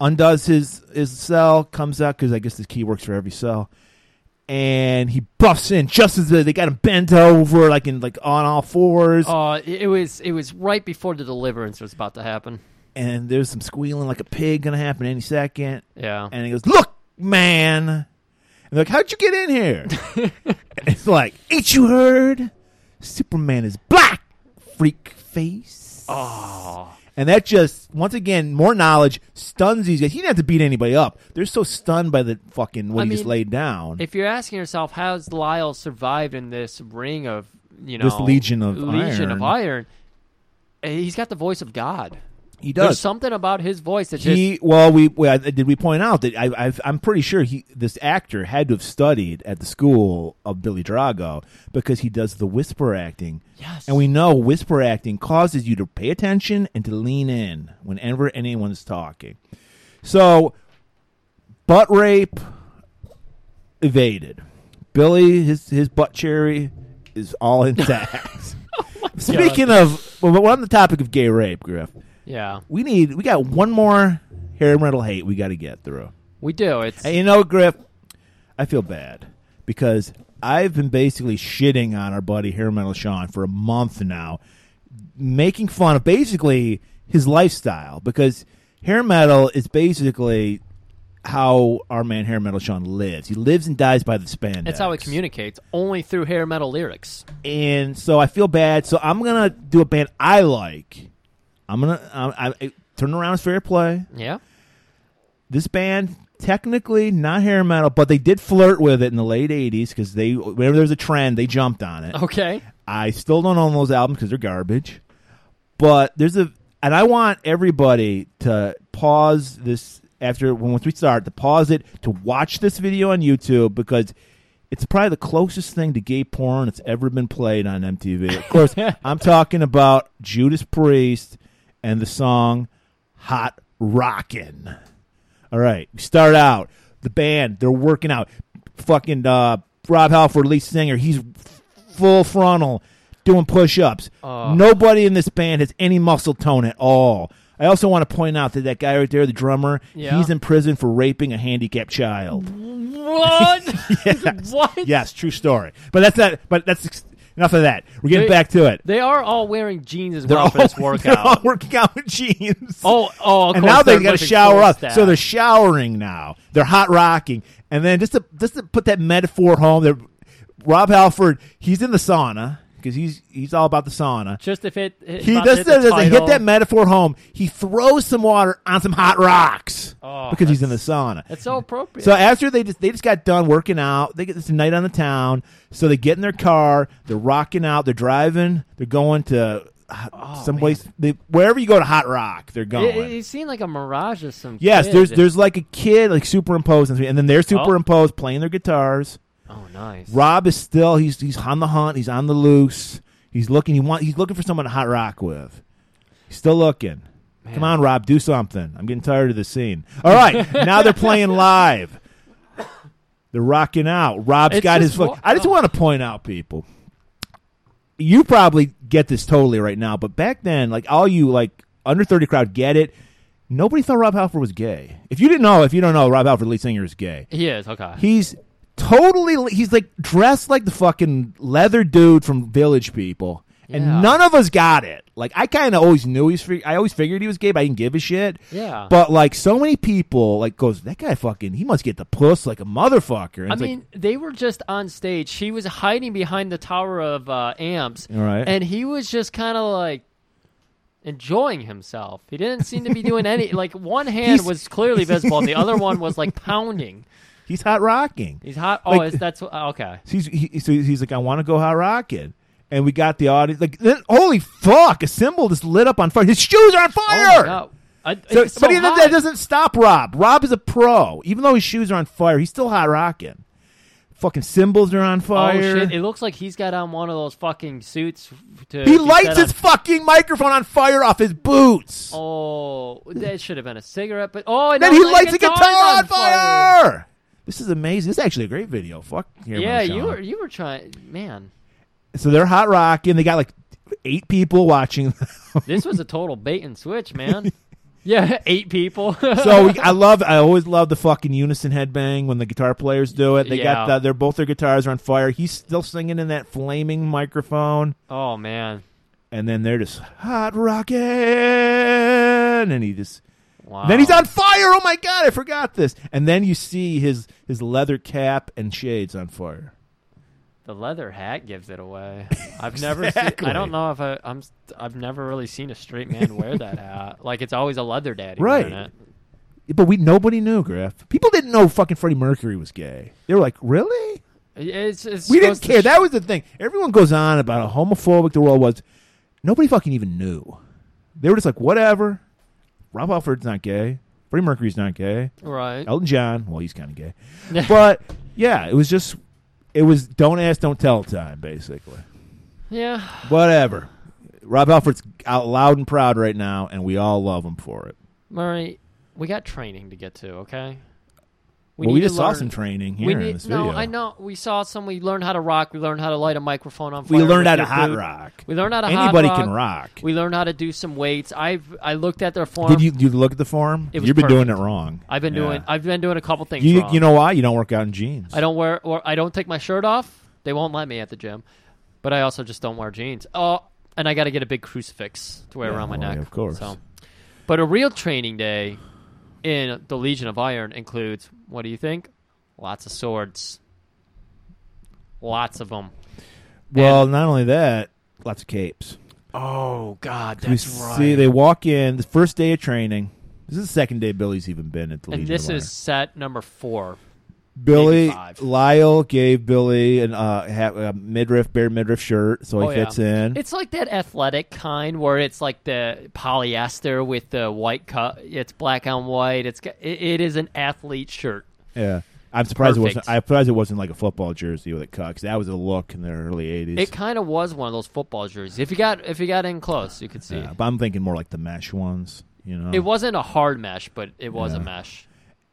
undoes his his cell, comes out because I guess this key works for every cell, and he buffs in just as they they got him bent over, like in like on all fours, Oh, it it was it was right before the deliverance was about to happen. and there's some squealing like a pig gonna happen any second, Yeah. and he goes, "Look, man," and they're like, "How'd you get in here?" and it's like, "Ain't you heard? Superman is black, freak face." Oh. And that just, once again, more knowledge stuns these guys. He didn't have to beat anybody up. They're so stunned by the fucking what I he just mean, laid down. If you're asking yourself how's Lyle survived in this ring of you know This legion of legion iron. of iron, eh, he's got the voice of God. he There's does. something about his voice that just he well, we, we I, did we point out that I, I've, I'm pretty sure he this actor had to have studied at the school of Billy Drago because he does the whisper acting. Yes. And we know whisper acting causes you to pay attention and to lean in whenever anyone's talking. So, butt rape evaded. Billy, his his butt cherry is all intact. Oh Speaking of, well, we're on the topic of gay rape, Griff. yeah We need, we got one more Harry Rental hate we got to get through. we do it's And you know, Griff, I feel bad because I've been basically shitting on our buddy Hair Metal Sean for a month now, making fun of basically his lifestyle because hair metal is basically how our man Hair Metal Sean lives. He lives and dies by the spandex. it's how it communicates only through hair metal lyrics. And so I feel bad. So I'm gonna do a band I like. I'm gonna I, I, turn around is fair play Yeah. this band technically not hair metal but they did flirt with it in the late 80s because they whenever there was a trend they jumped on it Okay. i still don't own those albums because they're garbage but there's a and i want everybody to pause this after when once we start to pause it to watch this video on youtube because it's probably the closest thing to gay porn that's ever been played on mtv of course i'm talking about judas priest and the song hot rockin' All right, we start out the band. They're working out. Fucking uh, Rob Halford, lead singer. He's f- full frontal, doing push-ups. Oh. Nobody in this band has any muscle tone at all. I also want to point out that that guy right there, the drummer, Yeah. he's in prison for raping a handicapped child. What? What? Yes, true story. But that's not. But that's enough of that. We're getting They- back to it. They are all wearing jeans as They're well for this all, they're all workout. working out with jeans. oh, oh, of and course, now they they're got to looking shower full up. staff. So they're showering now. They're hot rocking, and then just to just to put that metaphor home, they're, Rob Halford he's in the sauna because he's he's all about the sauna. just if it, it He about just hit does the to hit title. that metaphor home. He throws some water on some hot rocks Oh, because he's in the sauna. It's so appropriate. So after they just they just got done working out, they get this night on the town. So they get in their car, they're rocking out, they're driving, they're going to uh, Oh, someplace they, wherever you go to Hot Rock, they're going. it, it, it seemed like a mirage of some. uh, Yes, kid. there's there's like a kid like superimposed, on screen, and then they're superimposed playing their guitars. Oh, nice. Rob is still he's he's on the hunt. He's on the loose. He's looking. He want he's looking for someone to hot rock with. He's still looking. Come on, Rob, do something. I'm getting tired of this scene. All right, now they're playing live. They're rocking out. Rob's It's got his. just Fuck- wa- I just oh. want to point out, people. you probably get this totally right now, but back then, like all you like under thirty crowd get it. Nobody thought Rob Halford was gay. If you didn't know, if you don't know, Rob Halford, lead singer, is gay. He is okay. He's totally. He's like dressed like the fucking leather dude from Village People, Yeah. and none of us got it. Like I kind of always knew he's. Free, I always figured he was gay, but I didn't give a shit. Yeah. But like so many people, like goes that guy fucking. He must get the puss like a motherfucker. And I it's like, mean, they were just on stage. She was hiding behind the tower of uh, amps, All right. and he was just kind of like enjoying himself. He didn't seem to be doing any. Like one hand He's- was clearly visible, and the other one was like pounding. he's hot rocking. He's hot. Oh, Like- is, that's what- okay. So he's, he, so he's like, I want to go hot rocking. And we got the audience. Like, then, holy fuck, a symbol just lit up on fire. His shoes are on Oh my fire. God. I, So- it's so but even hot. that doesn't stop Rob. Rob is a pro. Even though his shoes are on fire, he's still hot rocking. Fucking cymbals are on fire. Oh shit! It looks like he's got on one of those fucking suits. To he to set lights on- his fucking microphone on fire off his boots. Oh, that should have been a cigarette, but oh, and then now he my lights a guitar's guitar on on fire. This is amazing. This is actually a great video. Fuck. here, Yeah, Marshawn. you were you were trying, man. So they're hot rocking. They got like eight people watching. This was a total bait and switch, man. yeah, eight people. so we, I love, I always love the fucking unison headbang when the guitar players do it. They got Yeah. the, they're both their guitars are on fire. He's still singing in that flaming microphone, oh man, and then they're just hot rocking, and he just. wow. Then he's on fire! Oh my god, I forgot this. And then you see his his leather cap and shades on fire. The leather hat gives it away. I've never. seen, I Exactly. don't know if I, I'm. I've never really seen a straight man wear that hat. Like it's always a leather daddy. wearing Right. it. But we nobody knew, Griff. People didn't know fucking Freddie Mercury was gay. They were like, really? It's, it's We didn't supposed to care. sh- That was the thing. Everyone goes on about how homophobic the world was. Nobody fucking even knew. They were just like, whatever. Rob Halford's not gay. Freddie Mercury's not gay. right. Elton John, well, he's kind of gay. but yeah, it was just, it was don't ask, don't tell time, basically. Yeah. Whatever. Rob Halford's out loud and proud right now, and we all love him for it. Murray, we got training to get to, okay? well, we need to just saw learn- some training here We in need, this no, video. I know. We saw some. We learned how to rock. We learned how to light a microphone on fire. We with learned how to your hot boot. rock. We learned how to hot Anybody rock. can rock. We learned how to do some weights. I've I looked at their form. Did you, you look at the form? It was You've been doing it perfect. wrong. I've been doing. Yeah. I've been doing a couple things. You, wrong. you know why? You don't work out in jeans. I don't wear or I don't take my shirt off. They won't let me at the gym, but I also just don't wear jeans. Oh, and I got to get a big crucifix to wear Yeah, around my well, neck. of course. So, but a real training day in the Legion of Iron includes what do you think? Lots of swords. Lots of them. Well, not only that, lots of capes. Oh God, We see they walk in the first day of training. This is the second day Billy's even been at the and Legion this of Honor. is set number four. Billy five. Lyle gave Billy an uh, ha- a midriff bare midriff shirt, so he Oh, yeah. fits in. It's like that athletic kind where it's like the polyester with the white cut. It's black on white. It's got- it, it is an athlete shirt. yeah, I'm surprised it Perfect. wasn't. I'm surprised it wasn't like a football jersey with a cut because that was a look in the early '80s. It kind of was one of those football jerseys. If you got if you got in close, you could see. Yeah, but I'm thinking more like the mesh ones, you know. It wasn't a hard mesh, but it was a Yeah. mesh.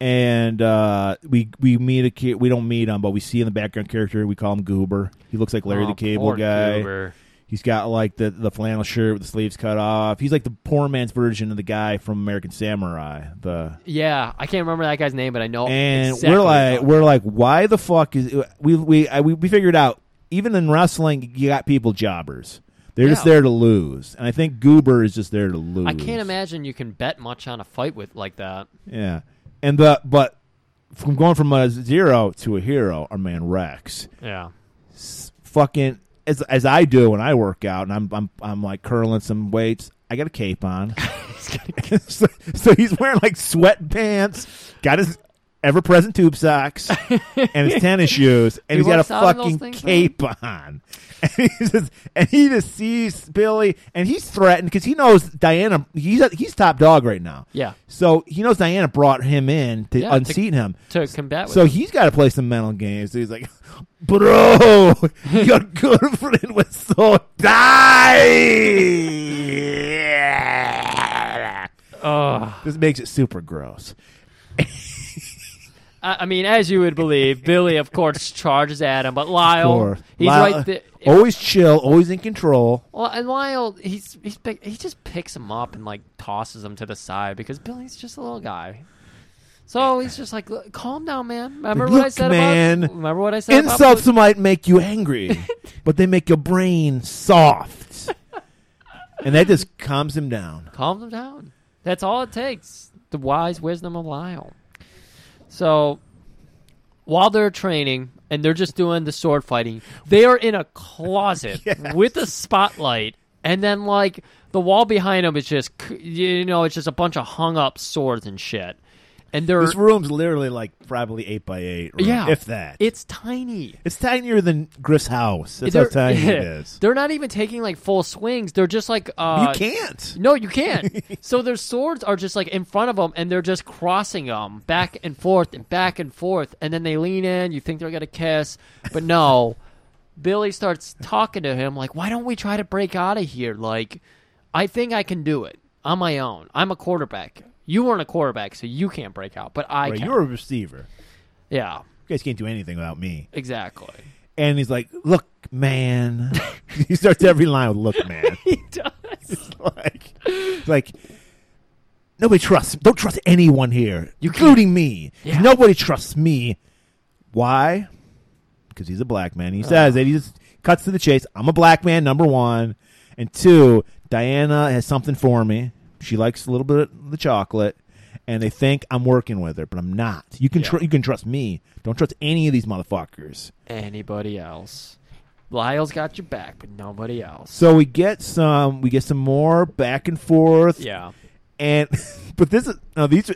and uh, we we meet a kid. We don't meet him, but we see in the background character. We call him Goober. He looks like Larry Oh, the Cable poor Guy. Goober. He's got like the the flannel shirt with the sleeves cut off. He's like the poor man's version of the guy from American Samurai. The Yeah, I can't remember that guy's name, but I know. and exactly what we're you're like talking we're like why the fuck is we we I, we we figured out even in wrestling you got people jobbers. They're just Yeah. there to lose, and I think Goober is just there to lose. about. I can't imagine you can bet much on a fight with like that. Yeah, and the but from going from a zero to a hero, our man Rex, Yeah. fucking as as I do when I work out, and I'm I'm I'm like curling some weights. I got a cape on, so, so he's wearing like sweatpants, got his ever-present tube socks, and his tennis shoes, and He he's got a works out in those fucking things, huh? cape on. And he just and he just sees Billy, and he's threatened because he knows Diana. He's he's top dog right now. Yeah. So he knows Diana brought him in to Yeah, to- unseat him. To combat with. So he's got to play some mental games. So he's like, "Bro, your girlfriend was so die." Ugh. This makes it super gross. I I mean, as you would believe, Billy, of course, charges at him, but Lyle, Or- he's Lyle- uh, right there. Always chill, always in control. Well, and Lyle, he's he's pick- he just picks him up and like tosses him to the side because Billy's just a little guy. So he's just like, "Look, calm down, man. Remember what I Look, said man. about remember what I said about Insults might make you angry, but they make your brain soft. and that just calms him down. calm them down. That's all it takes. The wise wisdom of Lyle. So while they're training and they're just doing the sword fighting, they are in a closet with a spotlight, and then like the wall behind them is just c- you know it's just a bunch of hung up swords and shit, and they're This room's literally like probably eight by eight, room, yeah, if that. it's tiny. it's tinier than Griff's house. That's how They're- tiny it is. They're not even taking like full swings. They're just like uh, you can't. No, you can't. so their swords are just like in front of them, and they're just crossing them back and forth and back and forth, and then they lean in. You think they're gonna kiss, but no. Billy starts talking to him like, "Why don't we try to break out of here? Like, I think I can do it on my own. I'm a quarterback. You weren't a quarterback, so you can't break out, but I Right, can. you're a receiver. yeah, You guys can't do anything without me. exactly. And he's like, "Look, man." he starts every line with "Look, man." He does. like, like nobody trusts. Don't trust anyone here, including me. Yeah. Nobody trusts me. Why? Because he's a black man. He says that he just cuts to the chase. I'm a black man, number one, and two. Diana has something for me. She likes a little bit of the chocolate, and they think I'm working with her, but I'm not. You can tr- Yeah. you can trust me. Don't trust any of these motherfuckers. Anybody else? Lyle's got your back, but nobody else. So we get some we get some more back and forth. Yeah. And but this is no these are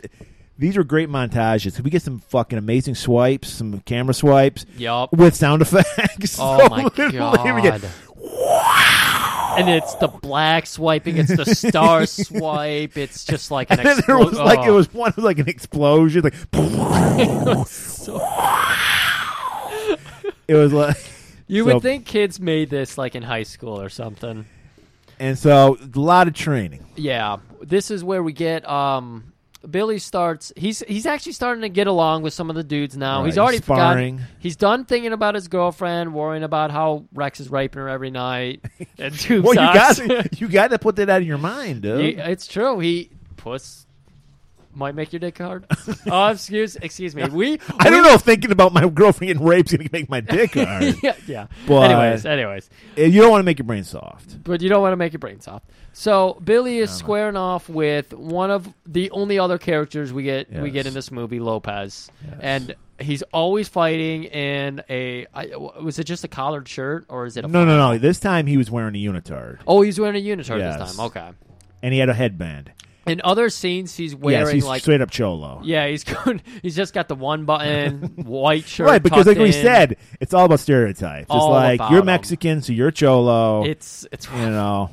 these are great montages. We get some fucking amazing swipes, some camera swipes Yup. with sound effects. Oh So my literally we get- god! And it's the black swiping, it's the star swipe. It's just like an and then there explo- was like it oh, was one was like an explosion, like so- it was like. you so- would think kids made this like in high school or something. And so a lot of training. Yeah, this is where we get um, Billy starts. He's he's actually starting to get along with some of the dudes now. Right, he's already he's forgotten- sparring. He's done thinking about his girlfriend, worrying about how Rex is raping her every night. And tube Well, socks. you got you got to put that out of your mind, dude. Yeah, it's true. He puss might make your dick hard. oh, excuse, excuse me. We, I don't know if thinking about my girlfriend getting raped is going to make my dick hard. yeah, yeah. But- anyways, anyways, You don't want to make your brain soft. but you don't want to make your brain soft. So Billy is squaring off with one of the only other characters we get we get Yes. in this movie, Lopez, and he's always fighting in a I, was it just a collared shirt or is it a No, no, no. This time he was wearing a unitard Oh, he's wearing a unitard this Yes. time. Okay. and he had a headband. In other scenes, he's wearing Yes, he's like straight up cholo. Yeah, he's going. He's just got the one button white shirt. Right, because tucked like we in. said, it's all about stereotypes. It's All like about you're 'em. Mexican, so you're cholo. it's it's. you know,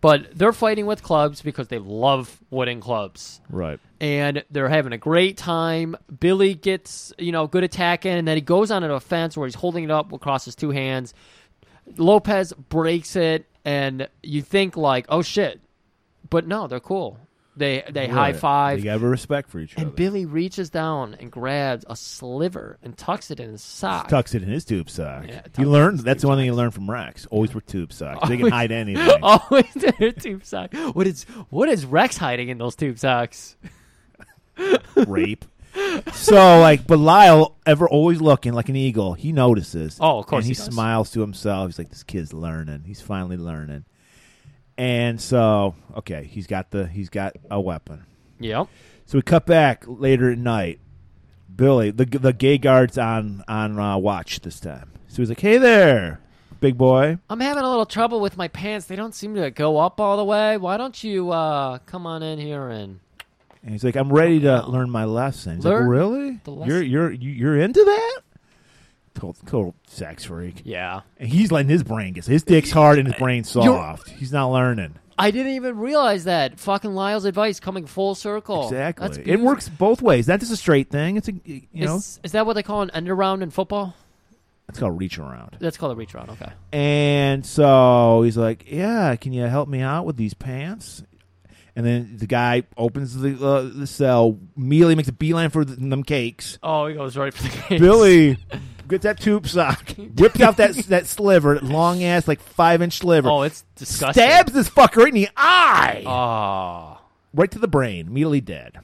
But they're fighting with clubs because they love wooden clubs, right? and they're having a great time. Billy gets you know good attack in, and then he goes on an offense where he's holding it up across his two hands. Lopez breaks it, and you think like, oh shit, but no, they're cool. They they high five. You gotta have a respect for each and other. Billy reaches down and grabs a sliver and tucks it in his sock. Tucks it in his tube sock. Yeah, tucks it he in learned that's the one thing he learned from Rex. Always wear tube socks. They can Always- hide anything. Always in her tube sock. What is what is Rex hiding in those tube socks? Rape. So like, but Lyle, ever always looking like an eagle, he notices. Oh, of course And he he, does. smiles to himself. He's like, "This kid's learning. He's finally learning." And so, okay, he's got the he's got a weapon. Yep. So we cut back later at night. Billy, the the gay guard's on on uh, watch this time. So he's like, "Hey there, big boy." I'm having a little trouble with my pants. They don't seem to go up all the way. Why don't you uh, come on in here and And he's like, "I'm ready to learn my lesson." He's Learn like, "Really? the You're lesson." you're you- you're into that?" Total, total sex freak. yeah? And he's letting his brain get his dick's hard and his brain's You're- soft. He's not learning. I didn't even realize that fucking Lyle's advice coming full circle. Exactly. Oh, That's it beautiful. works both ways. That's just a straight thing. It's a you know it's, Is, is that what they call an end around in football? called reach around. That's called a reach around. Okay. And so he's like, "Yeah, can you help me out with these pants?" And And then the guy opens the, uh, the cell, immediately makes a beeline for the, them cakes. Oh, he goes right for the case. Billy gets that tube sock, whipped out that that sliver, that long ass, like five inch sliver. Oh, it's disgusting. stabs this fucker right in the eye, Oh. right to the brain, immediately dead.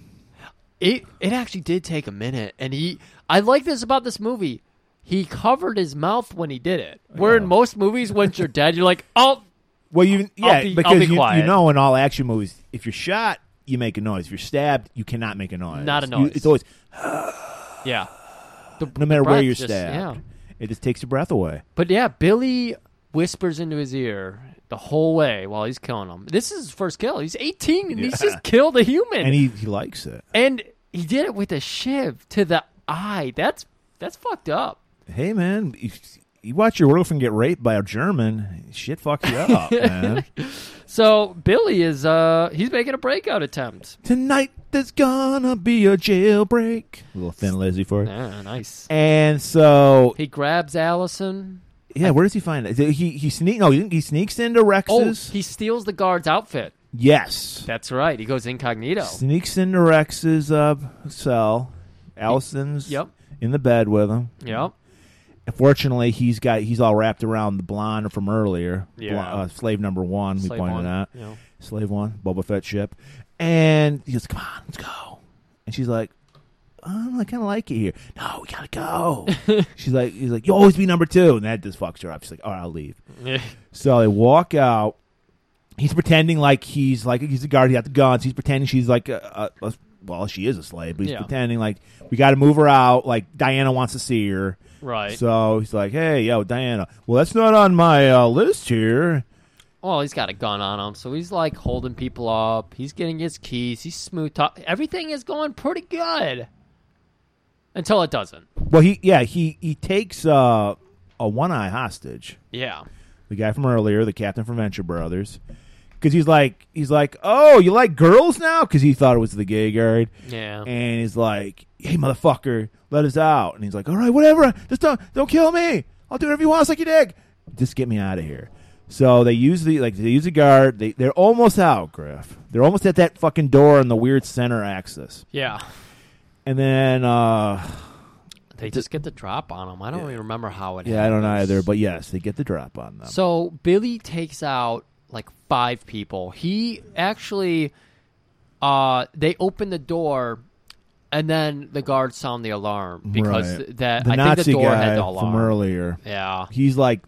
It it actually did take a minute, and he. I like this about this movie. He covered his mouth when he did it. Oh, Where in most movies, once you're dead, you're like, oh, Well, you yeah, be- I'll because be you, you quiet. know in all action movies, if you're shot, you make a noise. If you're stabbed, you cannot make a noise. Not a You- noise. it's always yeah. The- no matter the where breath you're just- stabbed. yeah. It just takes your breath away. But yeah, Billy whispers into his ear the whole way while he's killing him. This is his first kill. He's 18 and he's just killed a human. And he, he likes it. And he did it with a shiv to the eye. That's that's fucked up. Hey man, if you watch your girlfriend get raped by a German, shit fucks you up, man. So Billy is uh he's making a breakout attempt. Tonight there's gonna be a jailbreak. A little thin Lizzy for it. Ah, nice. And so He grabs Allison. Yeah, where does he find it? He he sneak no, he he sneaks into Oh, Rex's. he steals the guard's outfit. yes, That's right. He goes incognito. sneaks into Rex's uh, cell. Allison's Yep. in the bed with him. Yep. Fortunately, he's got he's all wrapped around the blonde from earlier. Yeah. Blo- uh, slave number one. Slave we pointed one, out you know. slave one, Boba Fett ship, and he goes, "Come on, let's go." And she's like, oh, "I kind of like it here." No, we gotta go. she's like, "He's like, you always be number two. and that just fucks her up. She's like, "All right, I'll leave." So they walk out. He's pretending like he's like he's a guard. He got the guns. He's pretending she's like a, a, a well, she is a slave, but he's Yeah. pretending like we got to move her out. Like Diana wants to see her. right. So he's like, "Hey, yo, Diana. Well, that's not on my uh, list here." well, he's got a gun on him, so he's like holding people up. He's getting his keys. He's smooth talk. Everything is going pretty good until it doesn't. Well, he yeah he he takes uh, a one eye hostage, Yeah. the guy from earlier, the captain from Venture Brothers, because he's like he's like, "Oh, you like girls now?" Because he thought it was the gay guard. Yeah. and he's like, "Hey, motherfucker, let us out!" And he's like, "All right, whatever. Just don't don't kill me. I'll do whatever you want. Suck your dick. Just get me out of here." So they use the like they use the guard. They they're almost out, Griff. They're almost at that fucking door on the weird center axis, yeah. and then uh They just get the drop on him. I don't even remember how it yeah, I don't know happens. either, but yes, they get the drop on them. So Billy takes out like five people. He actually, uh, they open the door, and then the guards sound the alarm because Right. th- that the I Nazi think the door guy had the from alarm. earlier, Yeah, he's like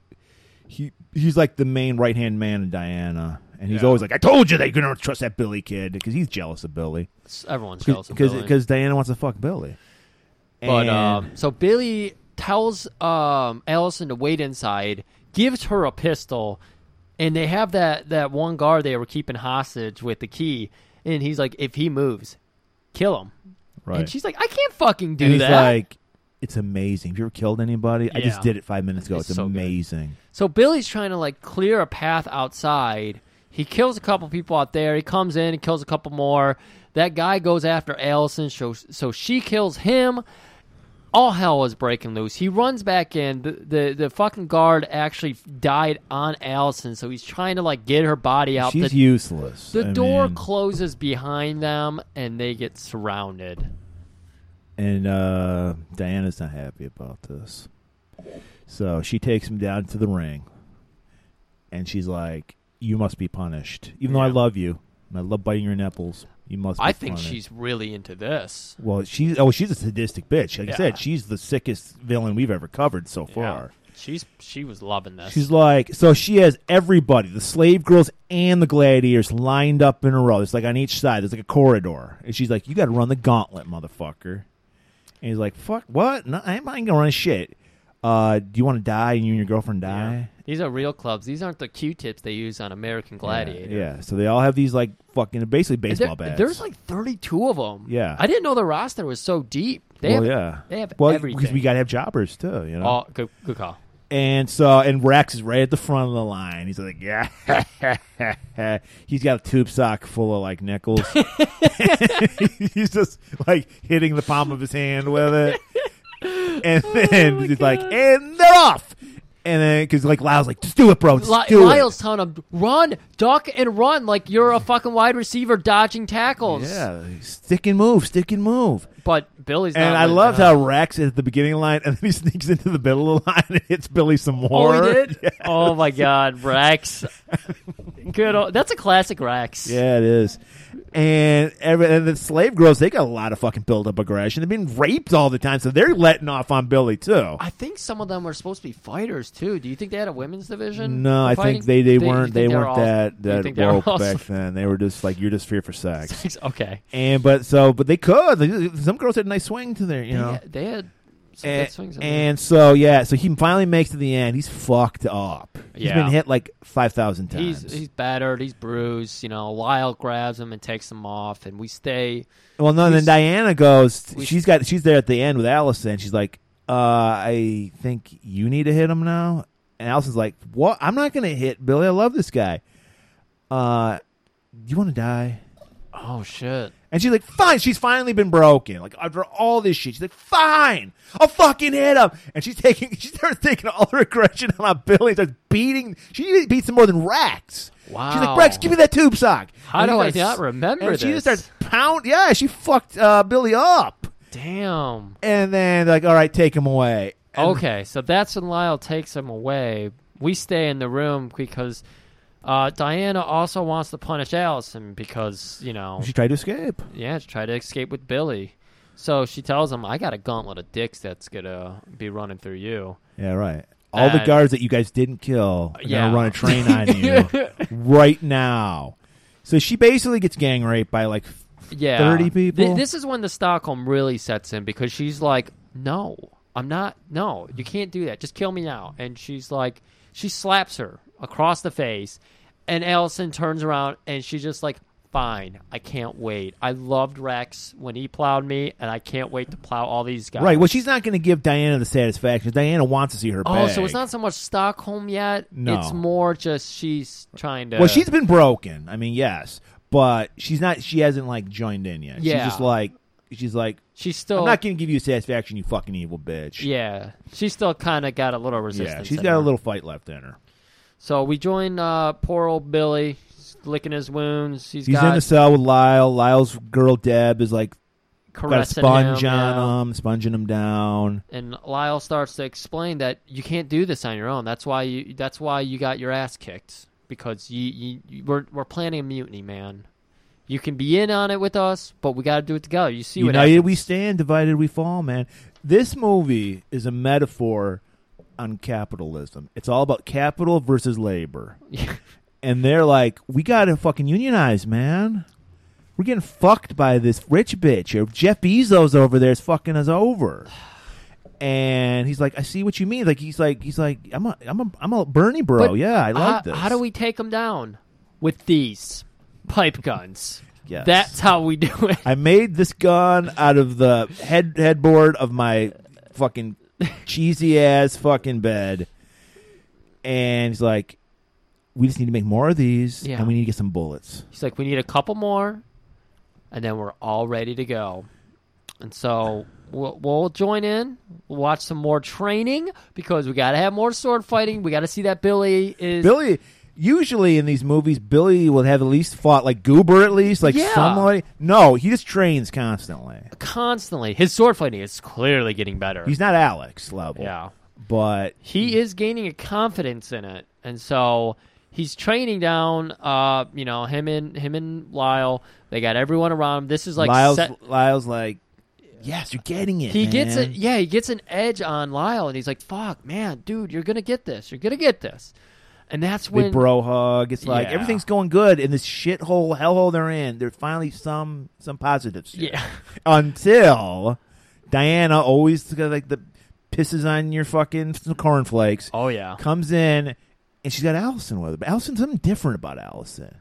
he he's like the main right hand man of Diana. And he's Yeah. always like, "I told you that you're gonna trust that Billy kid because he's jealous of Billy." s- everyone's jealous of Billy. because Diana wants to fuck Billy. but And- um, so Billy tells um Allison to wait inside, gives her a pistol, and they have that that one guard they were keeping hostage with the key, and he's like, if he moves, kill him. right. And she's like, I can't fucking do And he's that. like, "It's amazing. Have you ever killed anybody? I just Yeah. did it five minutes ago. It's, It's so good. amazing." So Billy's trying to like clear a path outside. He kills a couple people out there. He comes in and kills a couple more. That guy goes after Allison, so, so she kills him. All hell is breaking loose. He runs back in. The, the the fucking guard actually died on Allison, so he's trying to like get her body out. She's the useless. the I door mean, closes behind them, and they get surrounded. and uh, Diana's not happy about this, so she takes him down to the ring, and she's like, "You must be punished, even though I Yeah. love you and I love biting your nipples. You must." Be I think punished." she's really into this. Well, she's oh, she's a sadistic bitch. Like Yeah. I said, she's the sickest villain we've ever covered so far. Yeah. She's she was loving this. She's like, so she has everybody, the slave girls and the gladiators, lined up in a row. It's like on each side. There's like a corridor, and she's like, "You got to run the gauntlet, motherfucker." And he's like, "Fuck what? No, I ain't gonna run shit. Uh, do you want to die and you and your girlfriend Yeah. die?" These are real clubs. These aren't the Q-tips they use on American Gladiator. Yeah. So they all have these like fucking basically And baseball there- bats. There's like 32 of them. Yeah. I didn't know the roster was so deep. They well, have, yeah, They have well everything. because we got to have jobbers too, you know. Oh, good, good call. And so, and Rex is right at the front of the line. He's like, yeah. He's got a tube sock full of like nickels. He's just like hitting the Oh palm of his hand with it. And then he's like, and they're off. and then because like Lyle's like, just do it, bro, just Li- do Lyle's it. telling him, run, duck, and run like you're a fucking wide receiver dodging tackles. Yeah, stick and move, stick and move. But Billy's not. And I letting loved it how Rex is at the beginning of the line, and then he sneaks into the middle of the line and hits Billy some more. Oh, he did? Yeah, Oh, my God. Rex. Good. Old, that's a classic Rex. Yeah, it is. And every and the slave girls, they got a lot of fucking build up aggression. They've been raped all the time, so they're letting off on Billy too. I think some of them were supposed to be fighters, too. Do you think they had a women's division? No, for I fighting? think they, they you weren't think they were weren't all- that you think that they were woke all- back then. They were just like you're just here for sex. okay. And but so but they could. Like, some girls had a nice swing to their you know. Yeah, they had some and, good swings. in there. and so yeah, so he finally makes it to the end. He's fucked up. He's Yeah. been hit like five thousand times. He's he's battered. He's bruised. You know, Lyle grabs him and takes him off, and we stay. well, no, then he's- Diana goes. we- She's got. She's there at the end with Allison. She's like, uh, "I think you need to hit him now." And Allison's like, "What? I'm not gonna hit Billy. I love this guy. Uh, you want to die?" Oh shit! And she's like, fine. She's finally been broken. Like after all this shit, she's like, fine. I'll fucking hit him. And she's taking, she starts taking all her aggression out on Billy. Starts beating. She even beats him more than Rex. She's Wow. like, Rex, give me that tube sock. How And he do I starts- not remember And she just this? starts pound. Yeah, she fucked uh, Billy up. Damn. And then like, all right, take him away. And Okay, so that's when Lyle takes him away. We stay in the room because uh, Diana also wants to punish Allison because you know, She tried to escape. yeah, she tried to escape with Billy. So she tells him, "I got a gauntlet of dicks that's gonna be running through you." Yeah, right. All the And- guards that you guys didn't kill are Yeah. gonna run a train on you right now. So she basically gets gang raped by like yeah 30 people? Th- this is when the stockholm really sets in because she's like no i'm not no you can't do that just kill me now and she's like she slaps her across the face and allison turns around and she's just like fine i can't wait i loved rex when he plowed me and i can't wait to plow all these guys Right. Well, she's not going to give Diana the satisfaction. Diana wants to see her. oh bag. so it's not so much stockholm yet No. it's more just she's trying to Well, she's been broken. I mean, yes, but she's not. She hasn't like joined in yet. Yeah. She's just like she's like she's still I'm not going to give you satisfaction. You fucking evil bitch. yeah she's still kind of got a little resistance Yeah. She's in got a her. little fight left in her. So we join uh, poor old Billy, he's licking his wounds. He's got in the cell with Lyle. Lyle's girl Deb is like got a caressing sponge him, yeah. on him, sponging him down. And Lyle starts to explain that you can't do this on your own. That's why you. That's why you got your ass kicked because you. you, you we're we're planning a mutiny, man. You can be in on it with us, but we got to do it together. You see what United happens. we stand, divided we fall, man. This movie is a metaphor on capitalism. It's all about capital versus labor. and they're like, "We got to fucking unionize, man. We're getting fucked by this rich bitch. Or Jeff Bezos over there is fucking us over." And he's like, "I see what you mean." Like he's like he's like, "I'm a I'm a I'm a Bernie bro. But yeah, I like how, this." How do we take them down with these pipe guns? Yes. That's how we do it. I made this gun out of the head headboard of my fucking cheesy ass fucking bed. And he's like, "We just need to make more of these, Yeah. and we need to get some bullets." He's like, we need a couple more, and then we're all ready to go. And so we'll, we'll join in, we'll watch some more training because we got to have more sword fighting. We got to see that Billy is. Billy usually in these movies, Billy will have at least fought like Goober at least, like Yeah. somebody. No, he just trains constantly. Constantly, his sword fighting is clearly getting better. He's not Alex level. yeah, But he is gaining a confidence in it, and so he's training down. Uh, you know, him and him and Lyle, they got everyone around. him. This is like Lyle's set- Lyle's like, Yes, you're getting it. He gets man." it. Yeah, he gets an edge on Lyle, and he's like, "Fuck, man, dude, you're gonna get this. You're gonna get this." And that's when Big bro hug. It's like Yeah. everything's going good in this shithole hellhole they're in. There's finally some some positives. here. Yeah. Until Diana always like the pisses on your fucking cornflakes. Oh yeah. comes in and she's got Allison with her. But Allison's something different about Allison.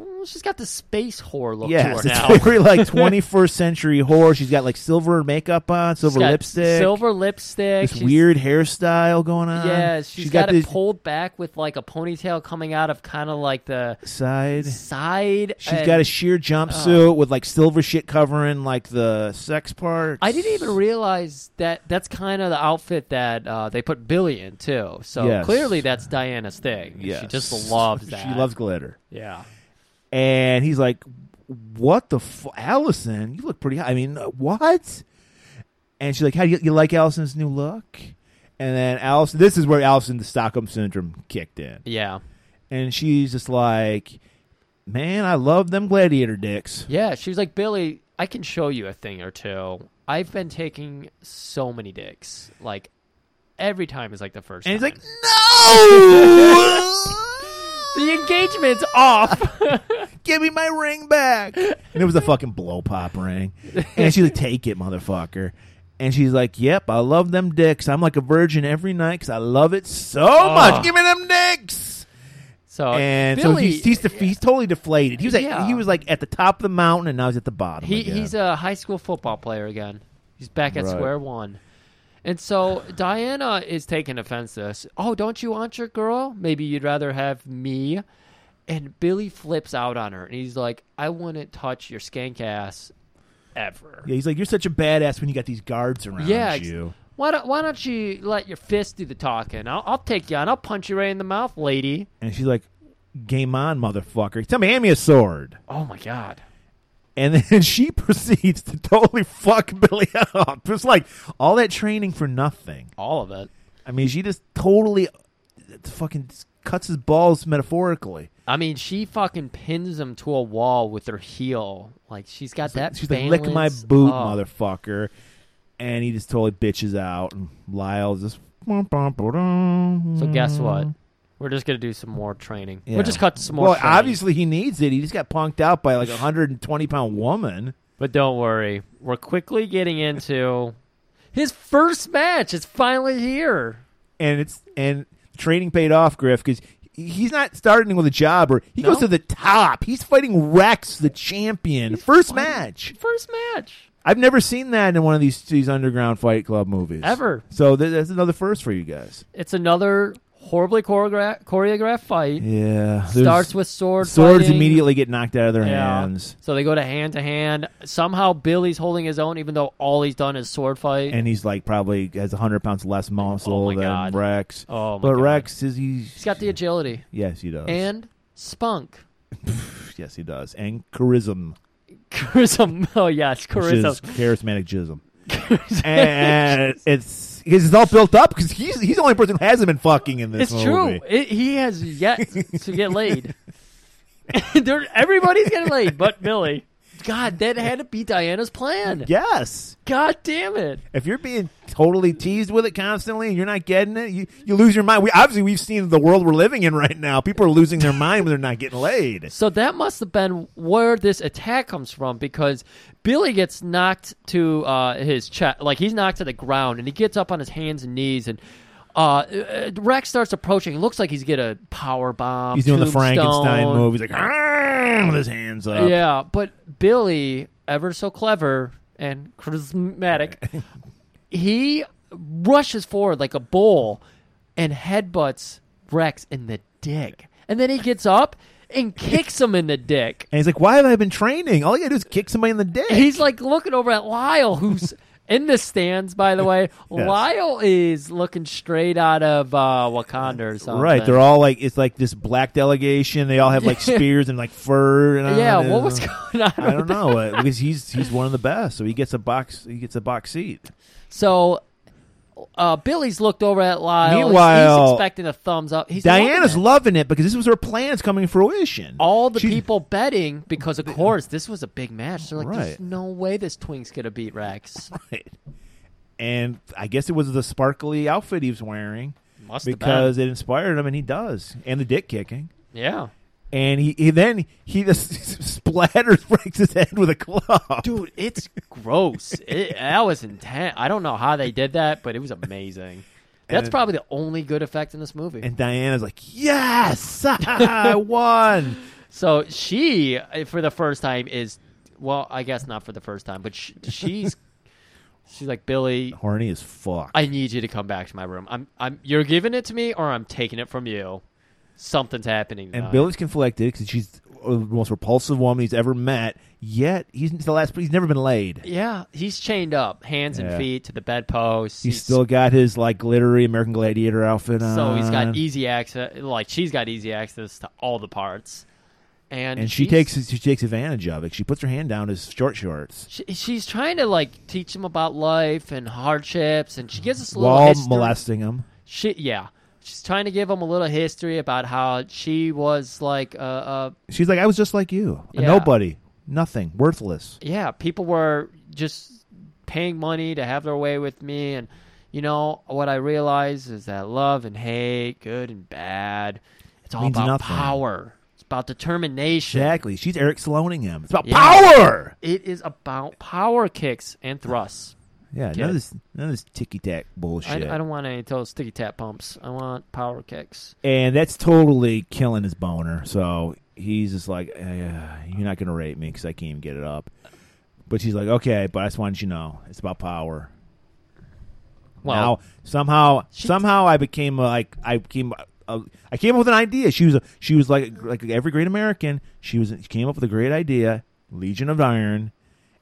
"Mm, she's got the space whore look to Yes, her it's now. very like 21st century horror. She's got like silver makeup on, She's silver got lipstick, silver lipstick, this she's- weird hairstyle going on. Yeah, she's she's got, it this pulled back with like a ponytail coming out of kind of like the side. side. She's and- got a sheer Oh. jumpsuit with like silver shit covering like the sex part. I didn't even realize that that's kind of the outfit that uh, they put Billy in too. So Yes. clearly that's Diana's thing. Yes. She just loves that. She loves glitter. Yeah. and he's like, "What the f- Allison? You look pretty. Hot. I mean, uh, what?" And she's like, "How do you, you like Allison's new look?" And then Allison, this is where Allison the Stockholm syndrome kicked in, Yeah. and she's just like, "Man, I love them gladiator dicks." Yeah. She was like, Billy, I can show you a thing or two. I've been taking so many dicks. Like every time is like the first And he's time. like, "No, the engagement's off. give me my ring back." And it was a fucking blow pop ring, and she's like, "Take it, motherfucker." And she's like, "Yep, I love them dicks. I'm like a virgin every night because I love it so Oh. much. Give me them dicks." so and so Uh, Billy, he's he's, def- he's totally deflated. He was at, Yeah. he was like at the top of the mountain, and now he's at the bottom. He again. he's a high school football player again. He's back at Right. square one. And so Diana is taking offense to this. Oh, don't you want your girl? Maybe you'd rather have me. And Billy flips out on her and he's like, I wouldn't touch your skank ass ever. yeah, he's like you're such a badass when you got these guards around Yeah, ex- you. Why don't, why don't you let your fist do the talking? I'll, I'll take you on. I'll punch you right in the mouth, lady. And she's like, "Game on, motherfucker! Tell me, hand me a sword." Oh, my God. And then she proceeds to totally fuck Billy up. It's like all that training for nothing. All of it. I mean, she just totally uh, fucking cuts his balls metaphorically. I mean, she fucking pins him to a wall with her heel. Like she's got that. She's like, lick my balance. boot, Oh. motherfucker. And he just totally bitches out. And Lyle's just. So So guess Mm. what? We're just gonna do some more training. Yeah. We'll just cut some more. Well, training. obviously he needs it. He just got punked out by like a 120 pound woman. but don't worry. We're quickly getting into his first match. It's finally here. And it's and training paid off, Griff, because he's not starting with a job or he No? goes to the top. He's fighting Rex, the champion. First match. First match I've never seen that in one of these these underground fight club movies. ever. So th- that's another first for you guys. It's another horribly choreographed, choreographed fight. Yeah. there's- Starts with sword. Swords fighting. immediately get knocked out of their Yeah. hands, So they go to hand to hand. Somehow Billy's holding his own, even though all he's done is sword fight. and he's like probably has hundred pounds less muscle Oh my than God. Rex. oh, my but God. Rex is he's, he's got the agility yes he does and spunk. yes he does and charism, Charisma. Oh yes, which is charisma. charismatic jism. and it's because it's all built up because he's he's the only person who hasn't been fucking in It's this movie. true. It, he has yet to get laid. There- everybody's getting laid, but Billy. God, that had to be Diana's plan. Yes, God damn it! if you're being totally teased with it constantly and you're not getting it, you, you lose your mind. We obviously we've seen the world we're living in right now. People are losing their mind when they're not getting laid. So that must have been where this attack comes from because Billy gets knocked to uh, his chest, like he's knocked to the ground, and he gets up on his hands and knees, and uh, uh, Rex starts approaching. It looks like he's gonna power bomb. He's doing the tombstone. Frankenstein move. He's like, "Argh," with his hands up. Yeah, but Billy, ever so clever and charismatic, he rushes forward like a bull and headbutts Rex in the dick. And then he gets up and kicks him in the dick. And he's like, why have I been training? All you gotta do is kick somebody in the dick. He's like looking over at Lyle, who's in the stands, by the way. Yes. Lyle is looking straight out of uh, Wakanda or something. right. They're all like, it's like this black delegation. They all have like spears and like fur. And Yeah, on it. what was going on? I don't know uh, because he's he's one of the best, so he gets a box he gets a box seat. So uh, Billy's looked over at Lyle. He's- he's, Meanwhile, expecting a thumbs up. He's loving Diana's it. loving it because this was her plans coming to fruition. all the She's- people betting because, of course, this was a big match. They're like, Right. "There's no way this twink's gonna beat Rex." Right. And I guess it was the sparkly outfit he was wearing Must have because it inspired him, and he does. And the dick kicking. been. yeah, and he, he then he just splatters breaks his head with a club. dude, it's gross. It, that was intense. I don't know how they did that, but it was amazing. That's And- probably the only good effect in this movie. And Diana's like, "Yes, I won." So she, uh, for the first time, is well, I guess not for the first time, but sh she's she's like Billy. Horny as fuck. I need you to come back to my room. I'm I'm you're giving it to me, or I'm taking it from you. Something's happening. and tonight. Billy's conflicted because she's the most repulsive woman he's ever met. Yet he's the last. He's never been laid. Yeah, he's chained up, hands and Yeah. feet to the bedpost. He's still got his like glittery American Gladiator outfit on. so he's got e easy access. Like she's got easy access to all the parts, and and she she's- takes she takes advantage of it. She puts her hand down his short shorts She, she's trying to like teach him about life and hardships, and she gives us a little while history. molesting him. she, yeah, she's trying to give him a little history about how she was like, uh, uh She's like, I was just like you, a Yeah. nobody, nothing, worthless. yeah, people were just paying money to have their way with me, and you know what I realize is that love and hate, good and bad, it's all Means about nothing. power. It's about determination. Exactly. She's Eric Sloaning him. It's about Yeah. power. It is about power kicks and thrusts. Yeah, Get none it. of this none of this ticky tack I, bullshit. I don't want any of those sticky tap pumps. I want power kicks. and that's totally killing his boner. So he's just like, eh, "You're not gonna rape me because I can't even get it up." But she's like, "Okay, but I just wanted you to know it's about power." Well, now somehow She- somehow I became uh, like I became uh, I came up with an idea. She was a, she was like like every great American. She was she came up with a great idea, Legion of Iron,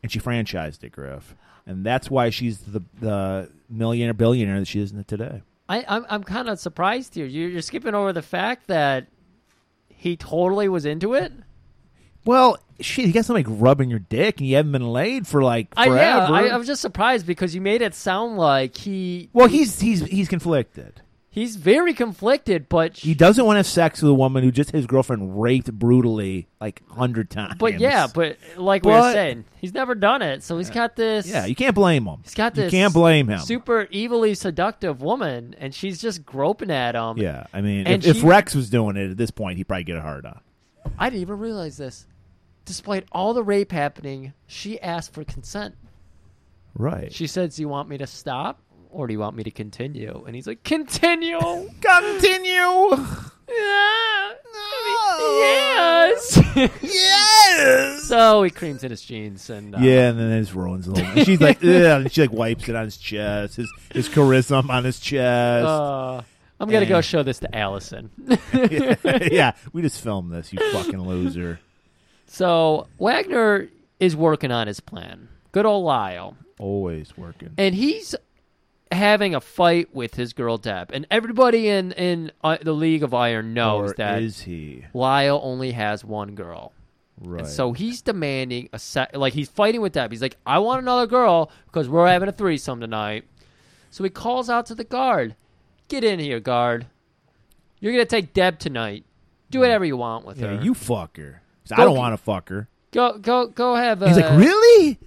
and she franchised it, Griff, and that's why she's the the millionaire billionaire that she is today. I, I'm I'm kind of surprised here. You're, you're skipping over the fact that he totally was into it. Well, shit, you got somebody rubbing your dick, and you haven't been laid for like I forever. yeah. I, I was just surprised because you made it sound like he well, he's he's he's conflicted. he's very conflicted, but sh- He doesn't want to have sex with a woman who just his girlfriend raped brutally like hundred times. but yeah, but like we were But- saying, he's never done it, so he's got this Yeah, you can't blame him. he's got this You can't blame him. super evilly seductive woman, and she's just groping at him. yeah, I mean, And if, she- if Rex was doing it at this point, he'd probably get a hard on. I didn't even realize this. Despite all the rape happening, she asked for consent. Right. She says, "Do you want me to stop, or do you want me to continue?" And he's like, "Continue." Continue. Yeah. yes. yes. so he creams in his jeans and uh, Yeah, and then it just ruins a little. Bit. She's like, yeah, and she like wipes it on his chest, his his charisma on his chest. uh, I'm gonna go And- show this to Allison. yeah, we just filmed this, you fucking loser. so Wagner is working on his plan. Good old Lyle, Always working. and he's having a fight with his girl Deb, and everybody in in uh, the League of Iron knows or that is he Lyle only has one girl. right? And so he's demanding a set, like he's fighting with Deb. He's like, I want another girl because we're having a threesome tonight. So he calls out to the guard, Get in here, guard. You're going to take Deb tonight. Do whatever you want with Mm. yeah, her. you fuck her. 'Cause Go- I don't want to fuck her. go, go, go have a. He's like, really?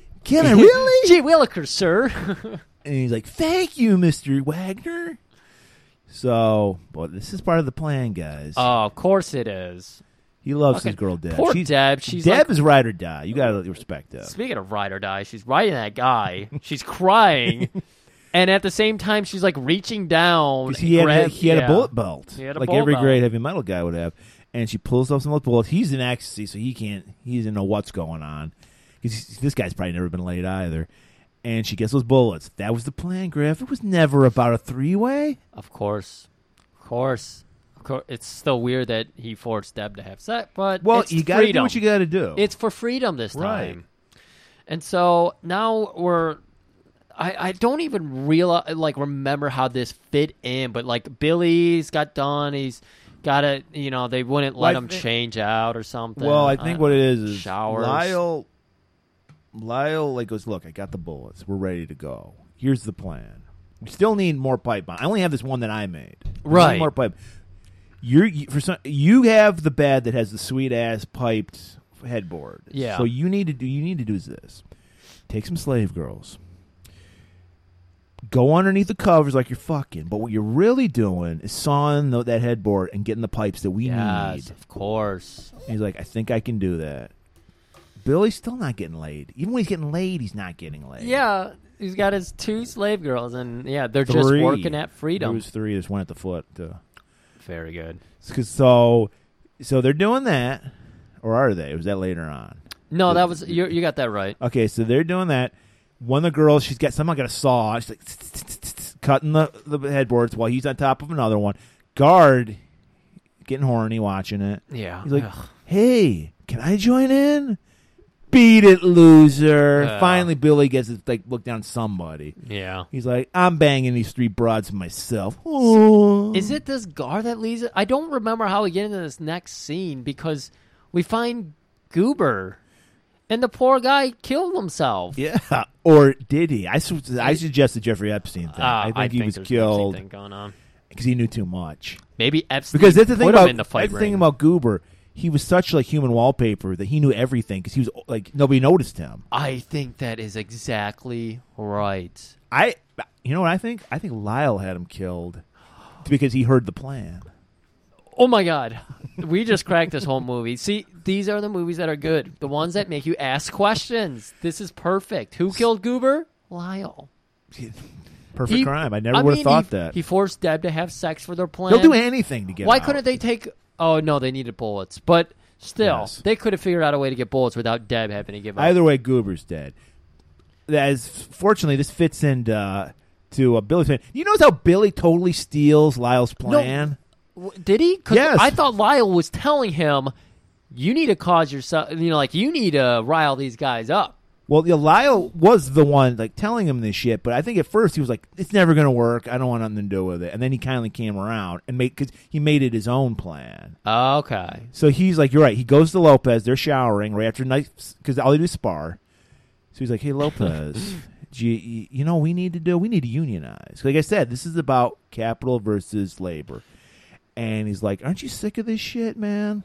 Can I really? Gee Williker, sir. And he's like, "Thank you, Mister Wagner." So, well, this is part of the plan, guys. oh, of course it is. he loves okay. his girl Deb. Poor Deb. She's Deb like- is ride or die. You gotta respect Deb. Speaking of ride or die, she's riding that guy. She's crying. and at the same time, she's like reaching down. 'Cause He had grab- he had yeah. a bullet belt, He had a like bullet every belt. great heavy metal guy would have. And she pulls up some of the bullets. He's in ecstasy, so he can't. He doesn't know what's going on. 'Cause this guy's probably never been laid either. And she gets those bullets. That was the plan, Griff. It was never about a three way. Of course, of course, of course. It's still weird that he forced Deb to have sex, but Well, it's you gotta freedom. do what you gotta do. It's for freedom this Right. time, and so now we're. I, I don't even realize like remember how this fit in, but like Billy's got done. He's got to you know they wouldn't let Well, I him thi- change out or something. Uh, Well, I think what it is is showers. Lyle. Lyle like goes, look, I got the bullets. We're ready to go. Here's the plan. We still need more pipe bomb. I only have this one that I made. We need Right. more pipe. You're you, for some. You have the bed that has the sweet ass piped headboard. Yeah. So you need to do. You need to do is this. Take some slave girls. Go underneath the covers like you're fucking, but what you're really doing is sawing tho- that headboard and getting the pipes that we need. yes, of course. And He's like, I think I can do that. Billy's still not getting laid. Even when he's getting laid, he's not getting laid. Yeah, he's got his two slave girls, and yeah, they're just Three. working at freedom. There was three. There's one at the foot. Too. Very good. So, so they're doing that. or are they? Was that later on? No, that was you. You got that right. Okay, so they're doing that. One of the girls, she's got somehow got a saw. She's like tss, tss, tss, tss, cutting the, the headboards while he's on top of another one. Guard getting horny watching it. Yeah. He's like, Oh, Ugh. "Hey, can I join in?" Beat it, loser! Yeah. Finally, Billy gets to like look down somebody. yeah. He's like, "I'm banging these three broads myself." Oh. Is it this Gar that leads it? I don't remember how we get into this next scene because we find Goober, and the poor guy killed himself. Yeah, or did he? I, su- I suggested Jeffrey Epstein thing. Uh, I think he was there's a Pepsi killed Thing going on. because he knew too much. Maybe Epstein Because that's the thing put about him in the fight that's the thing ring. about Goober. He was such like human wallpaper that he knew everything because he was like nobody noticed him. I think that is exactly right. I, you know what I think? I think Lyle had him killed because he heard the plan. Oh my god. We just cracked this whole movie. See, these are the movies that are good. The ones that make you ask questions. This is perfect. Who killed Goober? Lyle. Perfect He- crime. I never I would have mean, thought he- that. He forced Deb to have sex for their plan. They'll do anything to get. Why out. couldn't they take Oh no, they needed bullets. But still, Yes. they could have figured out a way to get bullets without Deb having to give up. Either way, Goober's dead. That is, fortunately, this fits into uh, to uh, Billy's plan. You notice how Billy totally steals Lyle's plan? W- Did he? 'Cause Yes. I thought Lyle was telling him, "You need to cause yourself, you know, like you need to rile these guys up." Well, yeah, Lyle was the one like telling him this shit, but I think at first he was like, "It's never going to work. I don't want nothing to do with it." And then he kindly came around and made because he made it his own plan. Okay. So he's like, "You're right." He goes to Lopez. They're showering right after night because all they do is spar. So he's like, "Hey, Lopez, do you, you know what we need to do? We need to unionize." Like I said, this is about capital versus labor. And he's like, "Aren't you sick of this shit, man?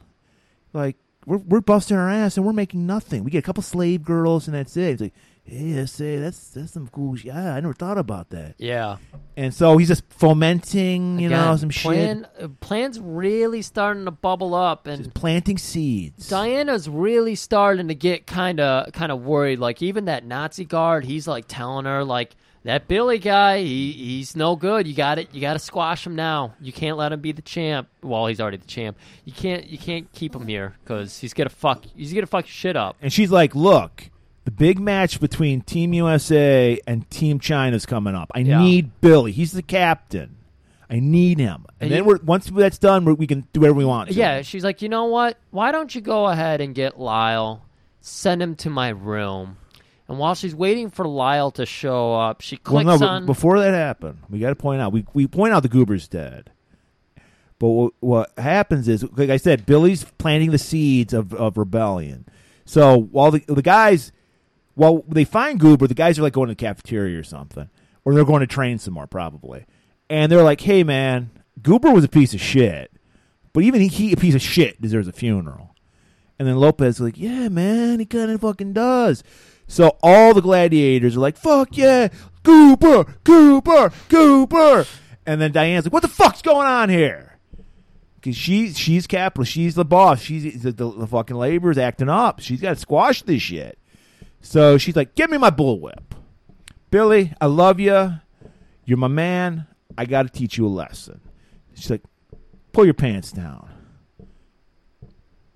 Like we're we're busting our ass and we're making nothing. We get a couple slave girls and that's it." He's like, "Hey, I say that's that's some cool shit. I never thought about that." Yeah. And so he's just fomenting, you know, Again, some shit, plan, uh, Plans really starting to bubble up, and just planting seeds. Diana's really starting to get kind of kind of worried. Like even that Nazi guard, he's like telling her like that Billy guy, he, he's no good. You got it. You got to squash him now. You can't let him be the champ. Well, he's already the champ. You can't you can't keep him here because he's gonna fuck he's gonna fuck your shit up. And she's like, "Look, the big match between Team USA and Team China's coming up. I Yeah. need Billy. He's the captain. I need him. And, And then you- we're once that's done, we we can do whatever we want. to. Yeah, she's like, you know what? Why don't you go ahead and get Lyle, send him to my room, and while she's waiting for Lyle to show up, she Well, clicks no. but on. Before that happened, we got to point out we we point out the Goober's dead. But what, what happens is, like I said, Billy's planting the seeds of, of rebellion. So while the the guys, while they find Goober, the guys are like going to the cafeteria or something, or they're going to train some more probably, and they're like, "Hey man, Goober was a piece of shit, but even he, he a piece of shit deserves a funeral." And then Lopez is like, yeah, man, he kind of fucking does. So all the gladiators are like, fuck yeah, Goober, Goober, Goober. And then Diane's like, what the fuck's going on here? Because she, she's capital. She's the boss. She's the, the, the fucking labor's acting up. She's got to squash this shit. So she's like, give me my bullwhip. Billy, I love you. You're my man. I got to teach you a lesson. She's like, pull your pants down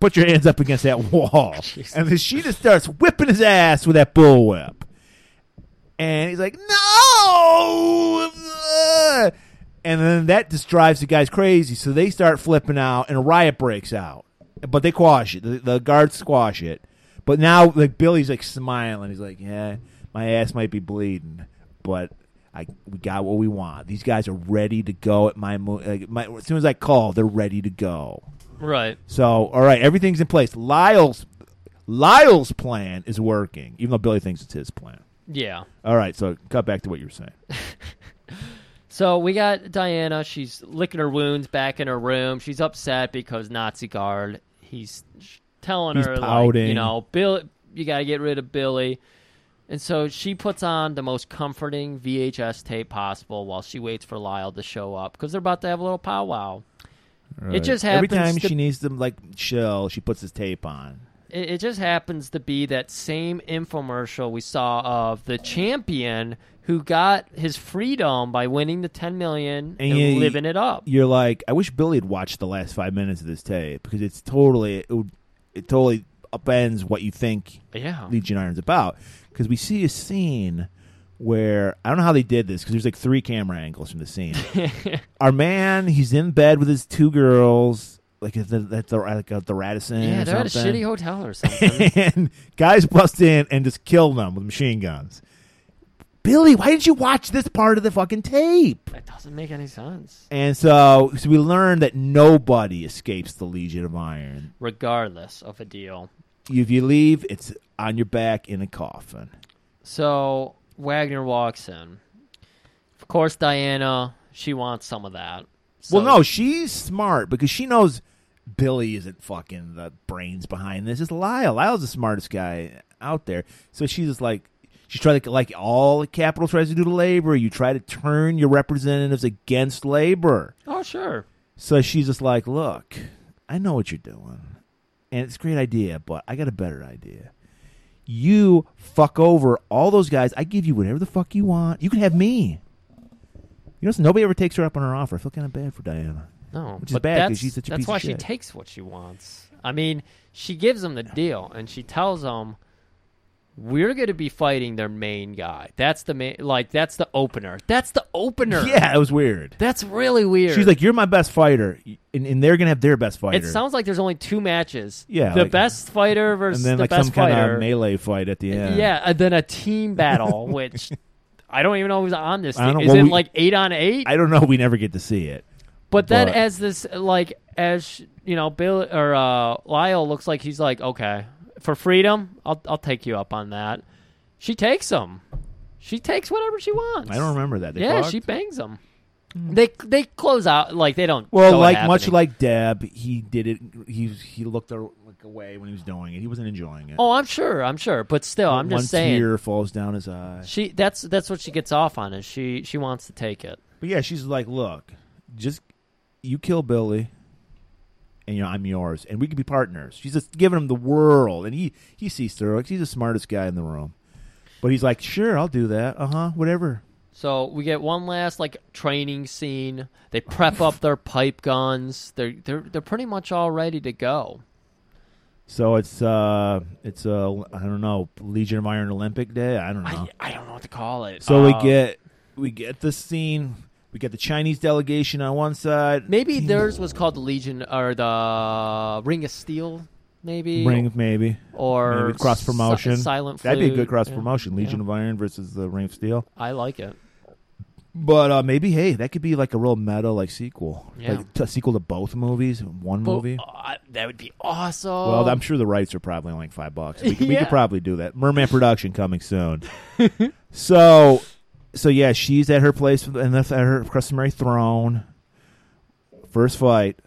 put your hands up against that wall. And then she just starts whipping his ass with that bullwhip. And he's like, no! Ugh!" And then that just drives the guys crazy. So they start flipping out, and a riot breaks out. But they quash it. The, the guards squash it. But now, like Billy's like smiling. He's like, "Yeah, my ass might be bleeding, but I we got what we want. These guys are ready to go at my, mo- like, my as soon as I call, they're ready to go." right. So, all right, everything's in place. Lyle's Lyle's plan is working, even though Billy thinks it's his plan. Yeah. All right, so cut back to what you were saying. So we got Diana. She's licking her wounds back in her room. She's upset because Nazi guard. He's sh- telling He's her, like, you pouting. know, Bill, you got to get rid of Billy. And so she puts on the most comforting VHS tape possible while she waits for Lyle to show up because they're about to have a little powwow. It just every happens time to- she needs to like chill, she puts his tape on. It, it just happens to be that same infomercial we saw of the champion who got his freedom by winning the 10 million and, And you- living it up. You're like, I wish Billy had watched the last five minutes of this tape because it's totally it would it totally upends what you think Yeah. Legion Iron's about because we see a scene where I don't know how they did this because there's like three camera angles from the scene. Our man, he's in bed with his two girls, like at the at the, like at the Radisson. Yeah, or they're at a something. shitty hotel or something. and guys bust in and just kill them with machine guns. Billy, why didn't you watch this part of the fucking tape? that doesn't make any sense. And so, so we learn that nobody escapes the Legion of Iron. Regardless of a deal. If you leave, it's on your back in a coffin. So Wagner walks in. Of course, Diana, she wants some of that. So, well, no, she's smart because she knows Billy isn't fucking the brains behind this. It's Lyle. Lyle's the smartest guy out there. So she's just like, she's trying to, like, all capital tries to do to labor. You try to turn your representatives against labor. Oh, sure. So she's just like, look, I know what you're doing. And it's a great idea, but I got a better idea. You fuck over all those guys. I give you whatever the fuck you want. You can have me. You notice nobody ever takes her up on her offer. I feel kind of bad for Diana. No, Which is but bad 'cause that's, she's such a that's piece of why she shit. takes what she wants. I mean, she gives them the deal, and she tells them, "We're going to be fighting their main guy. That's the main, like that's the opener. That's the opener. Yeah, it was weird. that's really weird. She's like, you're my best fighter, and, and they're gonna have their best fighter. it sounds like there's only two matches. Yeah, the like- best fighter and versus then the like best some fighter. kind of melee fight at the end. Yeah, and then a team battle, which I don't even know who's on this. I Team. don't- Is well, it we- like eight on eight? I don't know. We never get to see it. but then, but- as this, like, as sh- you know, Bill or uh, Lyle looks like he's like, okay, for freedom, I'll I'll take you up on that. She takes him. She takes whatever she wants. I don't remember that. They Yeah, fucked? she bangs him. They they close out like they don't. Well, show it like much happening. like Deb, he did it. He he looked a- like away when he was doing it. He wasn't enjoying it. Oh, I'm sure. I'm sure. But still, I'm One just saying. tear falls down his eye. She that's that's what she gets off on is she she wants to take it. But yeah, she's like, look, just you kill Billy, and you know I'm yours, and we could be partners. She's just giving him the world, and he he sees through it. 'cause He's the smartest guy in the room, but he's like, sure, I'll do that. Uh huh, whatever. So we get one last like training scene. They prep up their pipe guns. They're they're they're pretty much all ready to go. So it's uh it's uh I don't know Legion of Iron Olympic Day. I don't know. I, I don't know what to call it. so Uh, we get we get this scene. We get the Chinese delegation on one side. maybe theirs was called the Legion or the Ring of Steel, maybe Ring maybe or maybe cross promotion. Si- silent. That'd be a Flute. good cross Yeah. promotion. Legion Yeah. of Iron versus the Ring of Steel. I like it. But uh, maybe hey, that could be like a real meta like sequel, Yeah. like t- a sequel to both movies, one But, movie. uh, that would be awesome. well, I'm sure the rights are probably like five bucks. We, could- we uh, Yeah. could probably do that. Merman production coming soon. so, so yeah, she's at her place and that's at her customary throne. First fight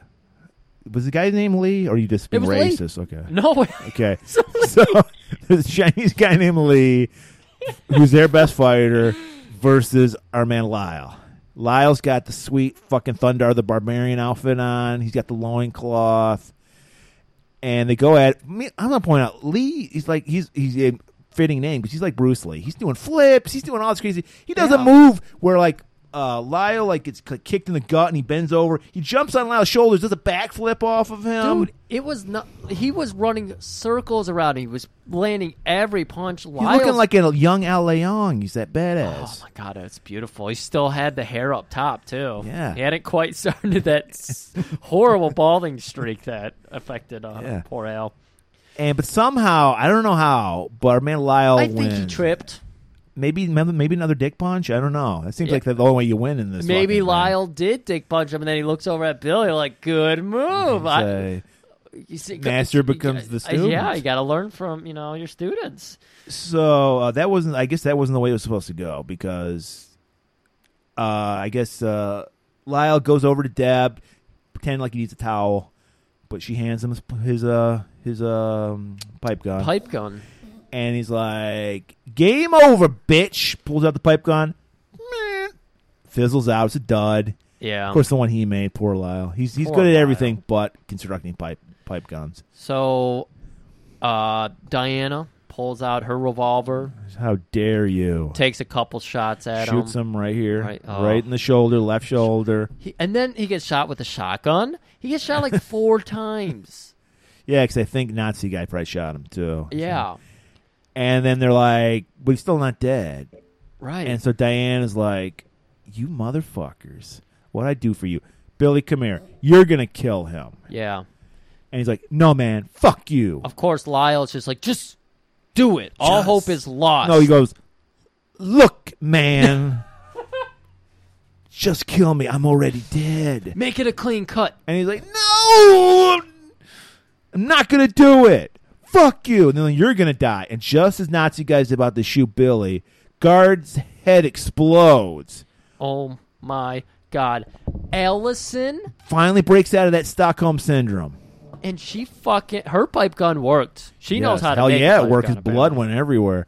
was the guy's name Lee, or you just being It was Lee. racist? Okay, no. Okay. so there's a Chinese guy named Lee, who's their best fighter, versus our man Lyle. Lyle's got the sweet fucking Thunder the Barbarian outfit on. He's got the loincloth. And they go at me. I'm gonna point out Lee. He's like he's he's a fitting name because he's like Bruce Lee. He's doing flips. He's doing all this crazy. He does Yeah. a move where like uh, Lyle like gets like, kicked in the gut and he bends over. He jumps on Lyle's shoulders, does a backflip off of him. Dude, it was not. He was running circles around. He was landing every punch. He's looking like a young Al Leong. He's that Oh badass. my god, it's beautiful. He still had the hair up top too. Yeah. he hadn't quite started that s- horrible balding streak that affected uh, Yeah. poor Al. and but somehow I don't know how, but our man Lyle. I think he wins. tripped. Maybe maybe another dick punch. I don't know. That seems Yeah. like the only way you win in this. Maybe fucking Lyle did dick punch him, and then he looks over at Billy like, "Good move." Thing. I, Say. you see, uh, master becomes the student. Yeah, you got to learn from you know your students. So uh, that wasn't. I guess that wasn't the way it was supposed to go because, uh, I guess uh, Lyle goes over to Deb, pretend like he needs a towel, but she hands him his his uh, his um, pipe gun. Pipe gun. and he's like, "Game over, bitch!" Pulls out the pipe gun, Meh. fizzles out. It's a dud. Yeah. Of course, the one he made, poor Lyle. He's he's Poor good at Lyle. everything but constructing pipe pipe guns. So, uh, Diana pulls out her revolver, How dare you? takes a couple shots at him. Shoots him right here, Right, right, oh. in the shoulder, left shoulder. He, and then he gets shot with a shotgun. He gets shot like four times. Yeah, because I think Nazi guy probably shot him too. Yeah, And then they're like, "We're still not dead." right. And so Diane is like, "You motherfuckers, what I do for you, Billy? Come here. You're gonna kill him." yeah. And he's like, "No, man. Fuck you." Of course, Lyle's just like, just do it. All Just- hope is lost. No, he goes, "Look, man." Just kill me. I'm already dead. Make it a clean cut. And he's like, "No, I'm not gonna do it. Fuck you." And then you're gonna die. And just as Nazi guy's about to shoot Billy, guard's head explodes. Oh my god. Allison Finally breaks out of that Stockholm syndrome. and she fucking her pipe gun worked. She knows Yes. how to Hell make a yeah, pipe it worked. gun, His blood apparently. went everywhere,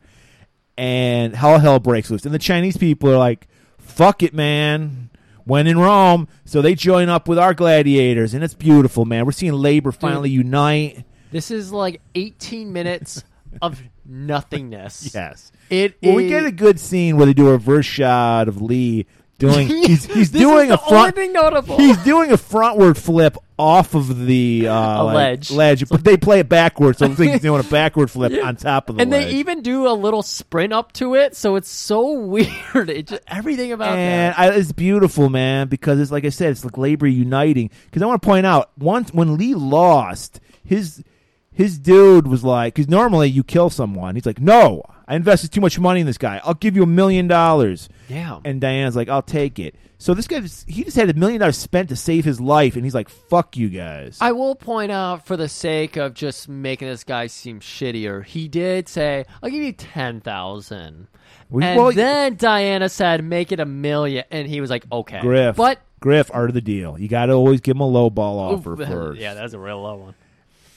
and hell hell breaks loose. And the Chinese people are like, "Fuck it, man." When in Rome, so they join up with our gladiators, and it's beautiful, man. We're seeing labor finally unite. This is like 18 minutes of nothingness. Yes. It Well, we is- get a good scene where they do a reverse shot of Lee doing he's, he's This doing is a the only front thing notable. he's doing a frontward flip off of the uh, A like, ledge. but they play it backwards, so I think he's doing a backward flip on top of the and ledge. they even do a little sprint up to it, so it's so weird. It just, everything about and that. I, it's beautiful, man, because it's like I said, it's like labor uniting. Because I want to point out once when Lee lost his his dude was like, because normally you kill someone. He's like, no, I invested too much money in this guy. I'll give you a million dollars. Yeah. And Diana's like, I'll take it. So this guy, just- he just had a million dollars spent to save his life, and he's like, fuck you guys. I will point out, for the sake of just making this guy seem shittier, he did say, "I'll give you ten thousand. We- and well, then Diana said, "Make it a million. and he was like, "Okay." Griff, but Griff, art of the deal. You got to always give him a low ball offer first. yeah, that's a real low one.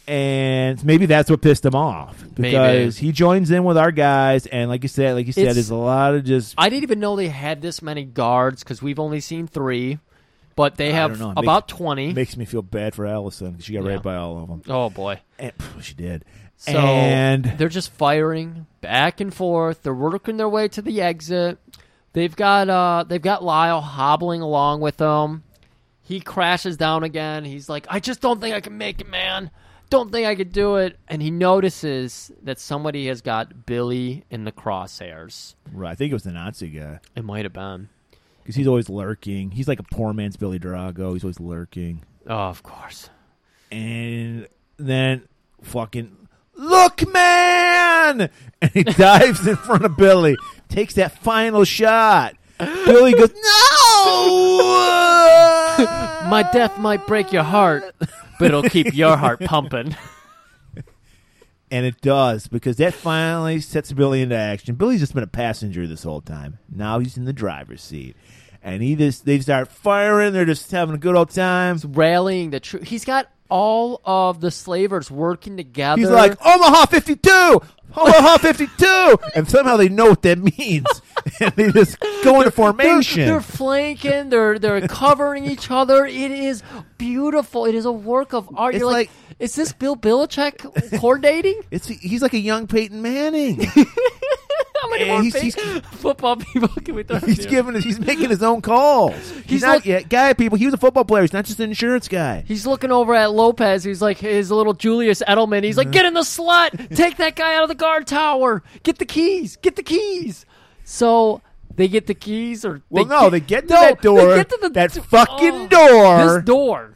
and maybe that's what pissed him off because he joins in with our guys and like you said like you said It's- there's a lot of just I didn't even know they had this many guards because we've only seen three, but they have don't know. It about twenty. makes me feel bad for Allison 'cause she got Yeah. raped by all of them oh boy! and pff, she did So and they're just firing back and forth. They're working their way to the exit. They've got uh, they've got Lyle hobbling along with them. He crashes down again. He's like, I just don't think I can make it, man. Don't think I could do it. And he notices that somebody has got Billy in the crosshairs. right, I think it was the Nazi guy It might have been. because he's always lurking he's like a poor man's Billy Drago he's always lurking Oh, of course. and then fucking look man and he dives in front of billy takes that final shot billy goes no My death might break your heart, but it'll keep your heart pumping. and it does because that finally sets billy into action billy's just been a passenger this whole time now he's in the driver's seat and he just they start firing they're just having a good old time Rallying the truth. He's got all of the slavers working together. He's like Omaha 52, Omaha 52, and somehow they know what that means, and they just go into they're, formation. they're flanking. They're they're covering each other. It is beautiful. It is a work of art. It's You're like, is this Bill Belichick coordinating? it's he's like a young Peyton Manning. How many Eh, more he's- fake he's- football people can we throw? he's to? giving his, he's making his own calls. He's, He's not look- yeah, guy people. He was a football player. He's not just an insurance guy. He's looking over at Lopez. He's like his little Julius Edelman. He's like, get in the slot. Take that guy out of the guard tower. Get the keys. Get the keys. So they get the keys, or Well, they no, get- they get to no, that door, They get to the that d- fucking oh, door. This door.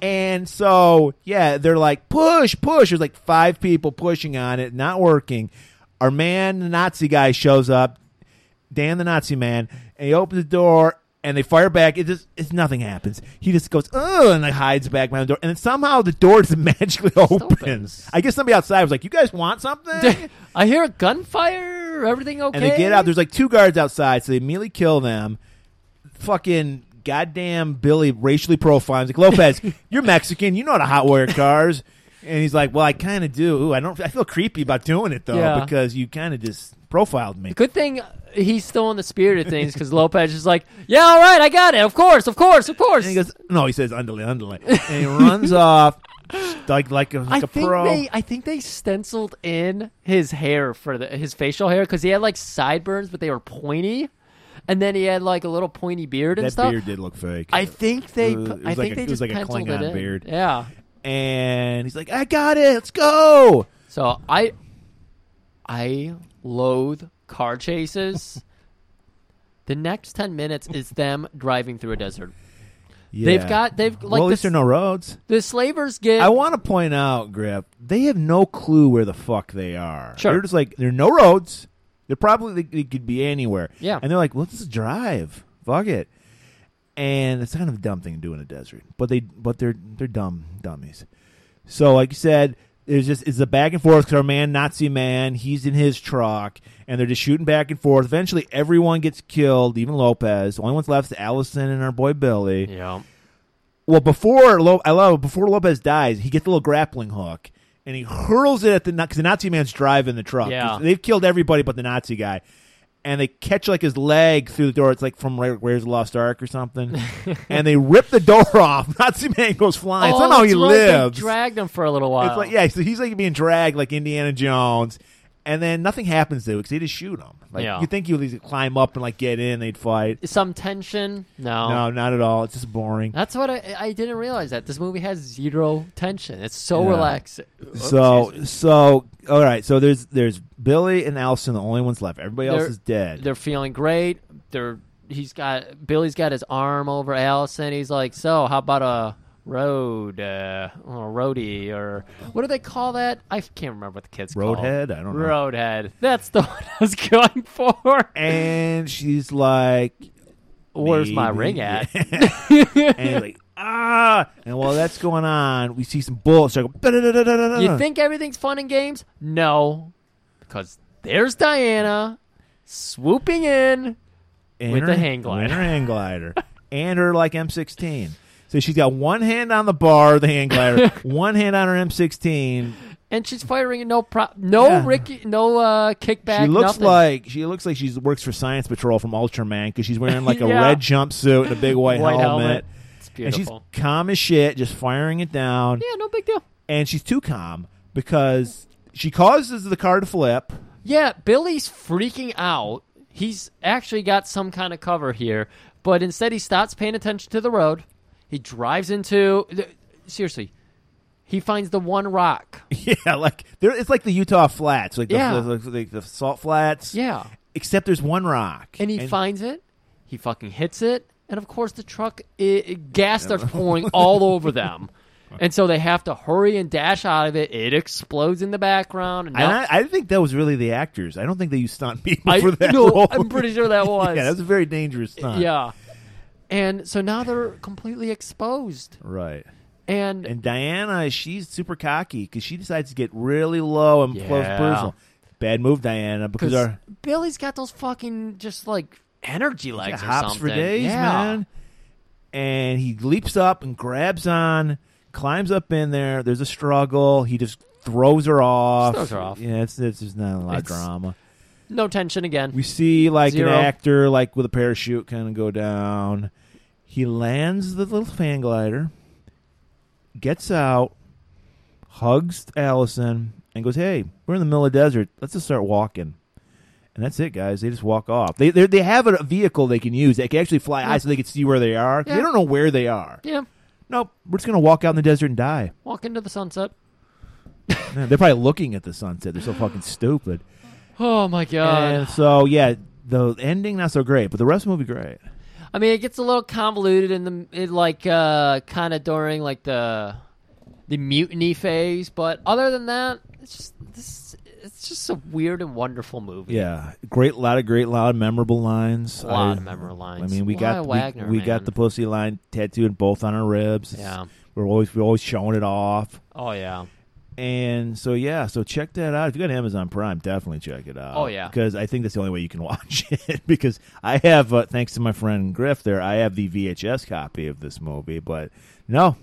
And so, yeah, they're like, push, push. There's like five people pushing on it, not working. Our man, the Nazi guy, shows up, Dan the Nazi man, and he opens the door and they fire back. It just, it's nothing happens. He just goes, oh, and like hides back behind the door. And then somehow the door just magically opens. opens. I guess somebody outside was like, you guys want something? I hear a gunfire. Everything okay? and they get out. There's like two guards outside, so they immediately kill them. Fucking goddamn Billy racially profiles like Lopez. you're Mexican. You know how to hot wire cars. And he's like, "Well, I kind of do. Ooh, I don't. I feel creepy about doing it though Yeah. because you kind of just profiled me." Good thing he's still in the spirit of things because Lopez is like, yeah, all right, I got it. Of course, of course, of course. And he goes, "No," he says, "Underlay, underlay," and he runs off like like a, like I a think pro. they, I think they stenciled in his hair for the, his facial hair because he had like sideburns, but they were pointy, and then he had like a little pointy beard and that stuff. beard did look fake. I think they, It was- it I was think like a- they it was just like a penciled Klingon it in. beard. Yeah, and he's like, "I got it, let's go." So I I loathe car chases. the next ten minutes is them driving through a desert. They've Yeah. got they've like well, at the, least there are no roads. the slavers get I want to point out, Grip, they have no clue where the fuck they are. Sure. They're just like, there are no roads. They're probably, they, they could be anywhere. Yeah. And they're like, let's just drive. Fuck it. And it's kind of a dumb thing to do in a desert, but they, but they're, they're dumb dummies. So, like you said, it's just it's a back and forth. Cause our man, Nazi man, he's in his truck, and they're just shooting back and forth. Eventually, everyone gets killed, even Lopez. The only one's left is Allison and our boy Billy. yeah. Well, before Lo- I love before Lopez dies, he gets a little grappling hook and he hurls it at the because the Nazi man's driving the truck. Yeah. they've killed everybody but the Nazi guy, and they catch like his leg through the door. It's like from Ra- Where's the Lost Ark or something, and they rip the door off. Nazi man goes flying. oh, Somehow that's he right, they lives. dragged them for a little while. It's like yeah, so he's like being dragged like Indiana Jones, and then nothing happens to it because they just shoot him. Like Yeah. you think he would at least climb up and like get in, they'd fight. Some tension? No. No, not at all. It's just boring. That's what I I didn't realize that this movie has zero tension. It's so Yeah. relaxing. Oops, So Oh, excuse so all right. So there's there's Billy and Allison, the only ones left. Everybody else They're- is me. dead. they're feeling great. They're he's got Billy's got his arm over Allison. He's like, so how about a road, uh, or roadie, or what do they call that? I can't remember what the kids call it. Roadhead? I don't know. Roadhead. That's the one I was going for. And she's like, Where's my maybe. ring at? and he's like, ah. And while that's going on, we see some bullets. Start going, You think everything's fun and games? No, because there's Diana swooping in. and with her, the hang glider. and her hang glider, and her like M16. So she's got one hand on the bar, of the hand glider, one hand on her M16. and she's firing no pro- no Yeah. Ricky, no uh, kickback. She looks nothing. like she looks like she works for Science Patrol from Ultraman because she's wearing like a Yeah. red jumpsuit and a big white, White helmet. helmet. it's and she's beautiful. calm as shit, just firing it down. Yeah, no big deal. And she's too calm because she causes the car to flip. Yeah, Billy's freaking out. He's actually got some kind of cover here, but instead he stops paying attention to the road. He drives into th- seriously. He finds the one rock. Yeah, like there, it's like the Utah Flats, like the, Yeah. the, the- the salt flats. Yeah, Except there's one rock, and he finds it. He fucking hits it, and of course the truck i i- gas starts pouring all over them, and so they have to hurry and dash out of it. It explodes in the background. And, And now- I, I think that was really the actors. I don't think they used stunt people I- for that no, role. I'm pretty sure that was. yeah, that was a very dangerous stunt. yeah. And so now they're completely exposed. right. And, And Diana, she's super cocky because she decides to get really low and close Yeah. personal. Bad move, Diana, because because our Billy's got those fucking just like energy legs or hops something. for days, yeah. man. And he leaps up and grabs on, climbs up in there. There's a struggle. He just throws her off. throws her off. Yeah, it's, it's just not a lot of It's- drama. No tension again. We see like Zero. an actor like with a parachute kind of go down. He lands the little fan glider, gets out, hugs Allison, and goes, "Hey, we're in the middle of the desert. Let's just start walking." And that's it, guys. They just walk off. They they're- they have a vehicle they can use. They can actually fly high so they can see where they are. 'cause They Yeah. don't know where they are. yeah. Nope. We're just gonna walk out in the desert and die. Walk into the sunset. Man, they're probably looking at the sunset. They're so fucking stupid. Oh my god. And so yeah, the ending not so great, but the rest of the movie great. I mean, it gets a little convoluted in the it like uh, kind of during like the the mutiny phase, but other than that, it's just this it's just a weird and wonderful movie. Yeah, great, lot of great, loud, memorable lines. a lot I, of memorable I lines. mean, we Why got we- Wagner. we, man? got the pussy line tattooed both on our ribs. It's- yeah. we're always we're always showing it off. Oh yeah, And so yeah, so check that out. If you got Amazon Prime, definitely check it out. Oh, yeah. because I think that's the only way you can watch it. because I have, uh, thanks to my friend Griff, there I have the VHS copy of this movie. But no,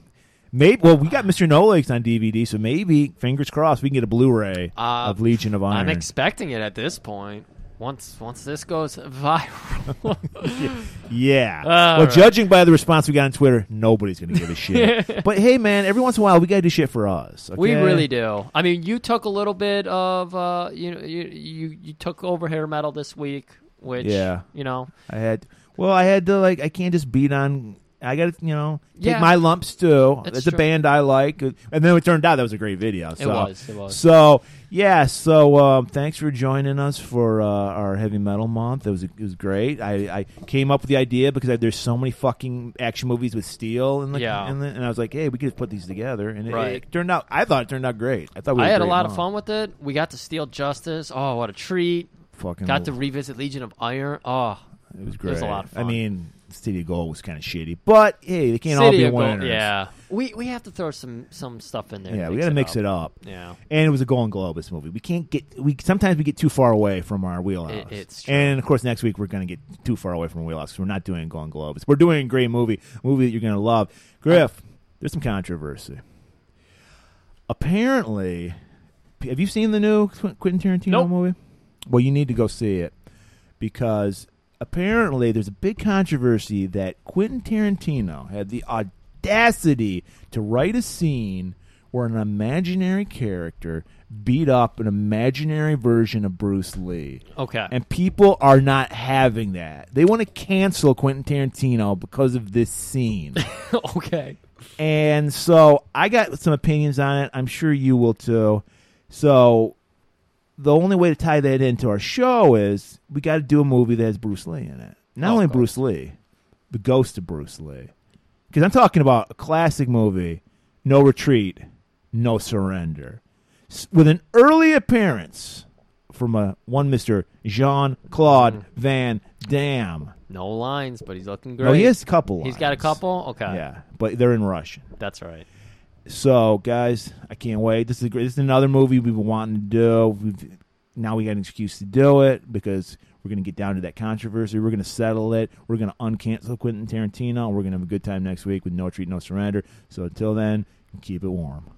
maybe well we got Mr. No Legs on DVD, so maybe fingers crossed we can get a Blu-ray Uh, of Legion of Iron. I'm expecting it at this point. Once once this goes viral, Yeah. well, right. judging by the response we got on Twitter, nobody's going to give a shit. but hey, man, every once in a while we got to do shit for us. we okay? really do. I mean, you took a little bit of uh, you know, you, you you took over hair metal this week, which Yeah. you know, I had. Well, I had to like. I can't just beat on I got to you know take Yeah. my lumps too. That's It's a true. band I like, and then it turned out that was a great video. So. was, it was. So yeah, so um, thanks for joining us for uh, our heavy metal month. It was it was great. I, I came up with the idea because I, there's so many fucking action movies with steel in the, Yeah. in the and I was like, hey, we could just put these together, and it, Right. it turned out. I thought it turned out great. I thought we I had, had a great lot of month. fun with it. We got to steal justice. Oh, what a treat! Fucking Got to revisit Legion of Iron. Oh, It was great. was a lot of I fun. mean, City of Gold was kind of shitty, but hey, they can't all City be of Gold- winners. Yeah, we we have to throw some some stuff in there. yeah, to we got to mix it up. Yeah, And it was a Golden Globus movie. We can't get we sometimes we get too far away from our It- wheelhouse. it's true. And of course, next week we're going to get too far away from our wheelhouse because we're not doing Golden Globus. We're doing a great movie, a movie that you're going to love. Griff, there's some controversy. Apparently, have you seen the new Qu- Quentin Tarantino Nope. movie? Well, you need to go see it because apparently there's a big controversy that Quentin Tarantino had the audacity to write a scene where an imaginary character beat up an imaginary version of Bruce Lee. okay. And people are not having that. They want to cancel Quentin Tarantino because of this scene. okay. And so I got some opinions on it. I'm sure you will too. So the only way to tie that into our show is we got to do a movie that has Bruce Lee in it. Not Of only course. Bruce Lee, the ghost of Bruce Lee. Because I'm talking about a classic movie, No Retreat, No Surrender, S- with an early appearance from a, one Mister Jean Claude Mm-hmm. Van Damme. No lines, but he's looking great. No, he has a couple. He's got a lines. couple. Okay. Yeah, but they're in Russian. That's all right. So, guys, I can't wait. This is great. This is another movie we've been wanting to do. We've, now we got an excuse to do it because we're going to get down to that controversy. We're going to settle it. We're going to uncancel Quentin Tarantino. We're going to have a good time next week with No Treat, No Surrender. So, until then, keep it warm.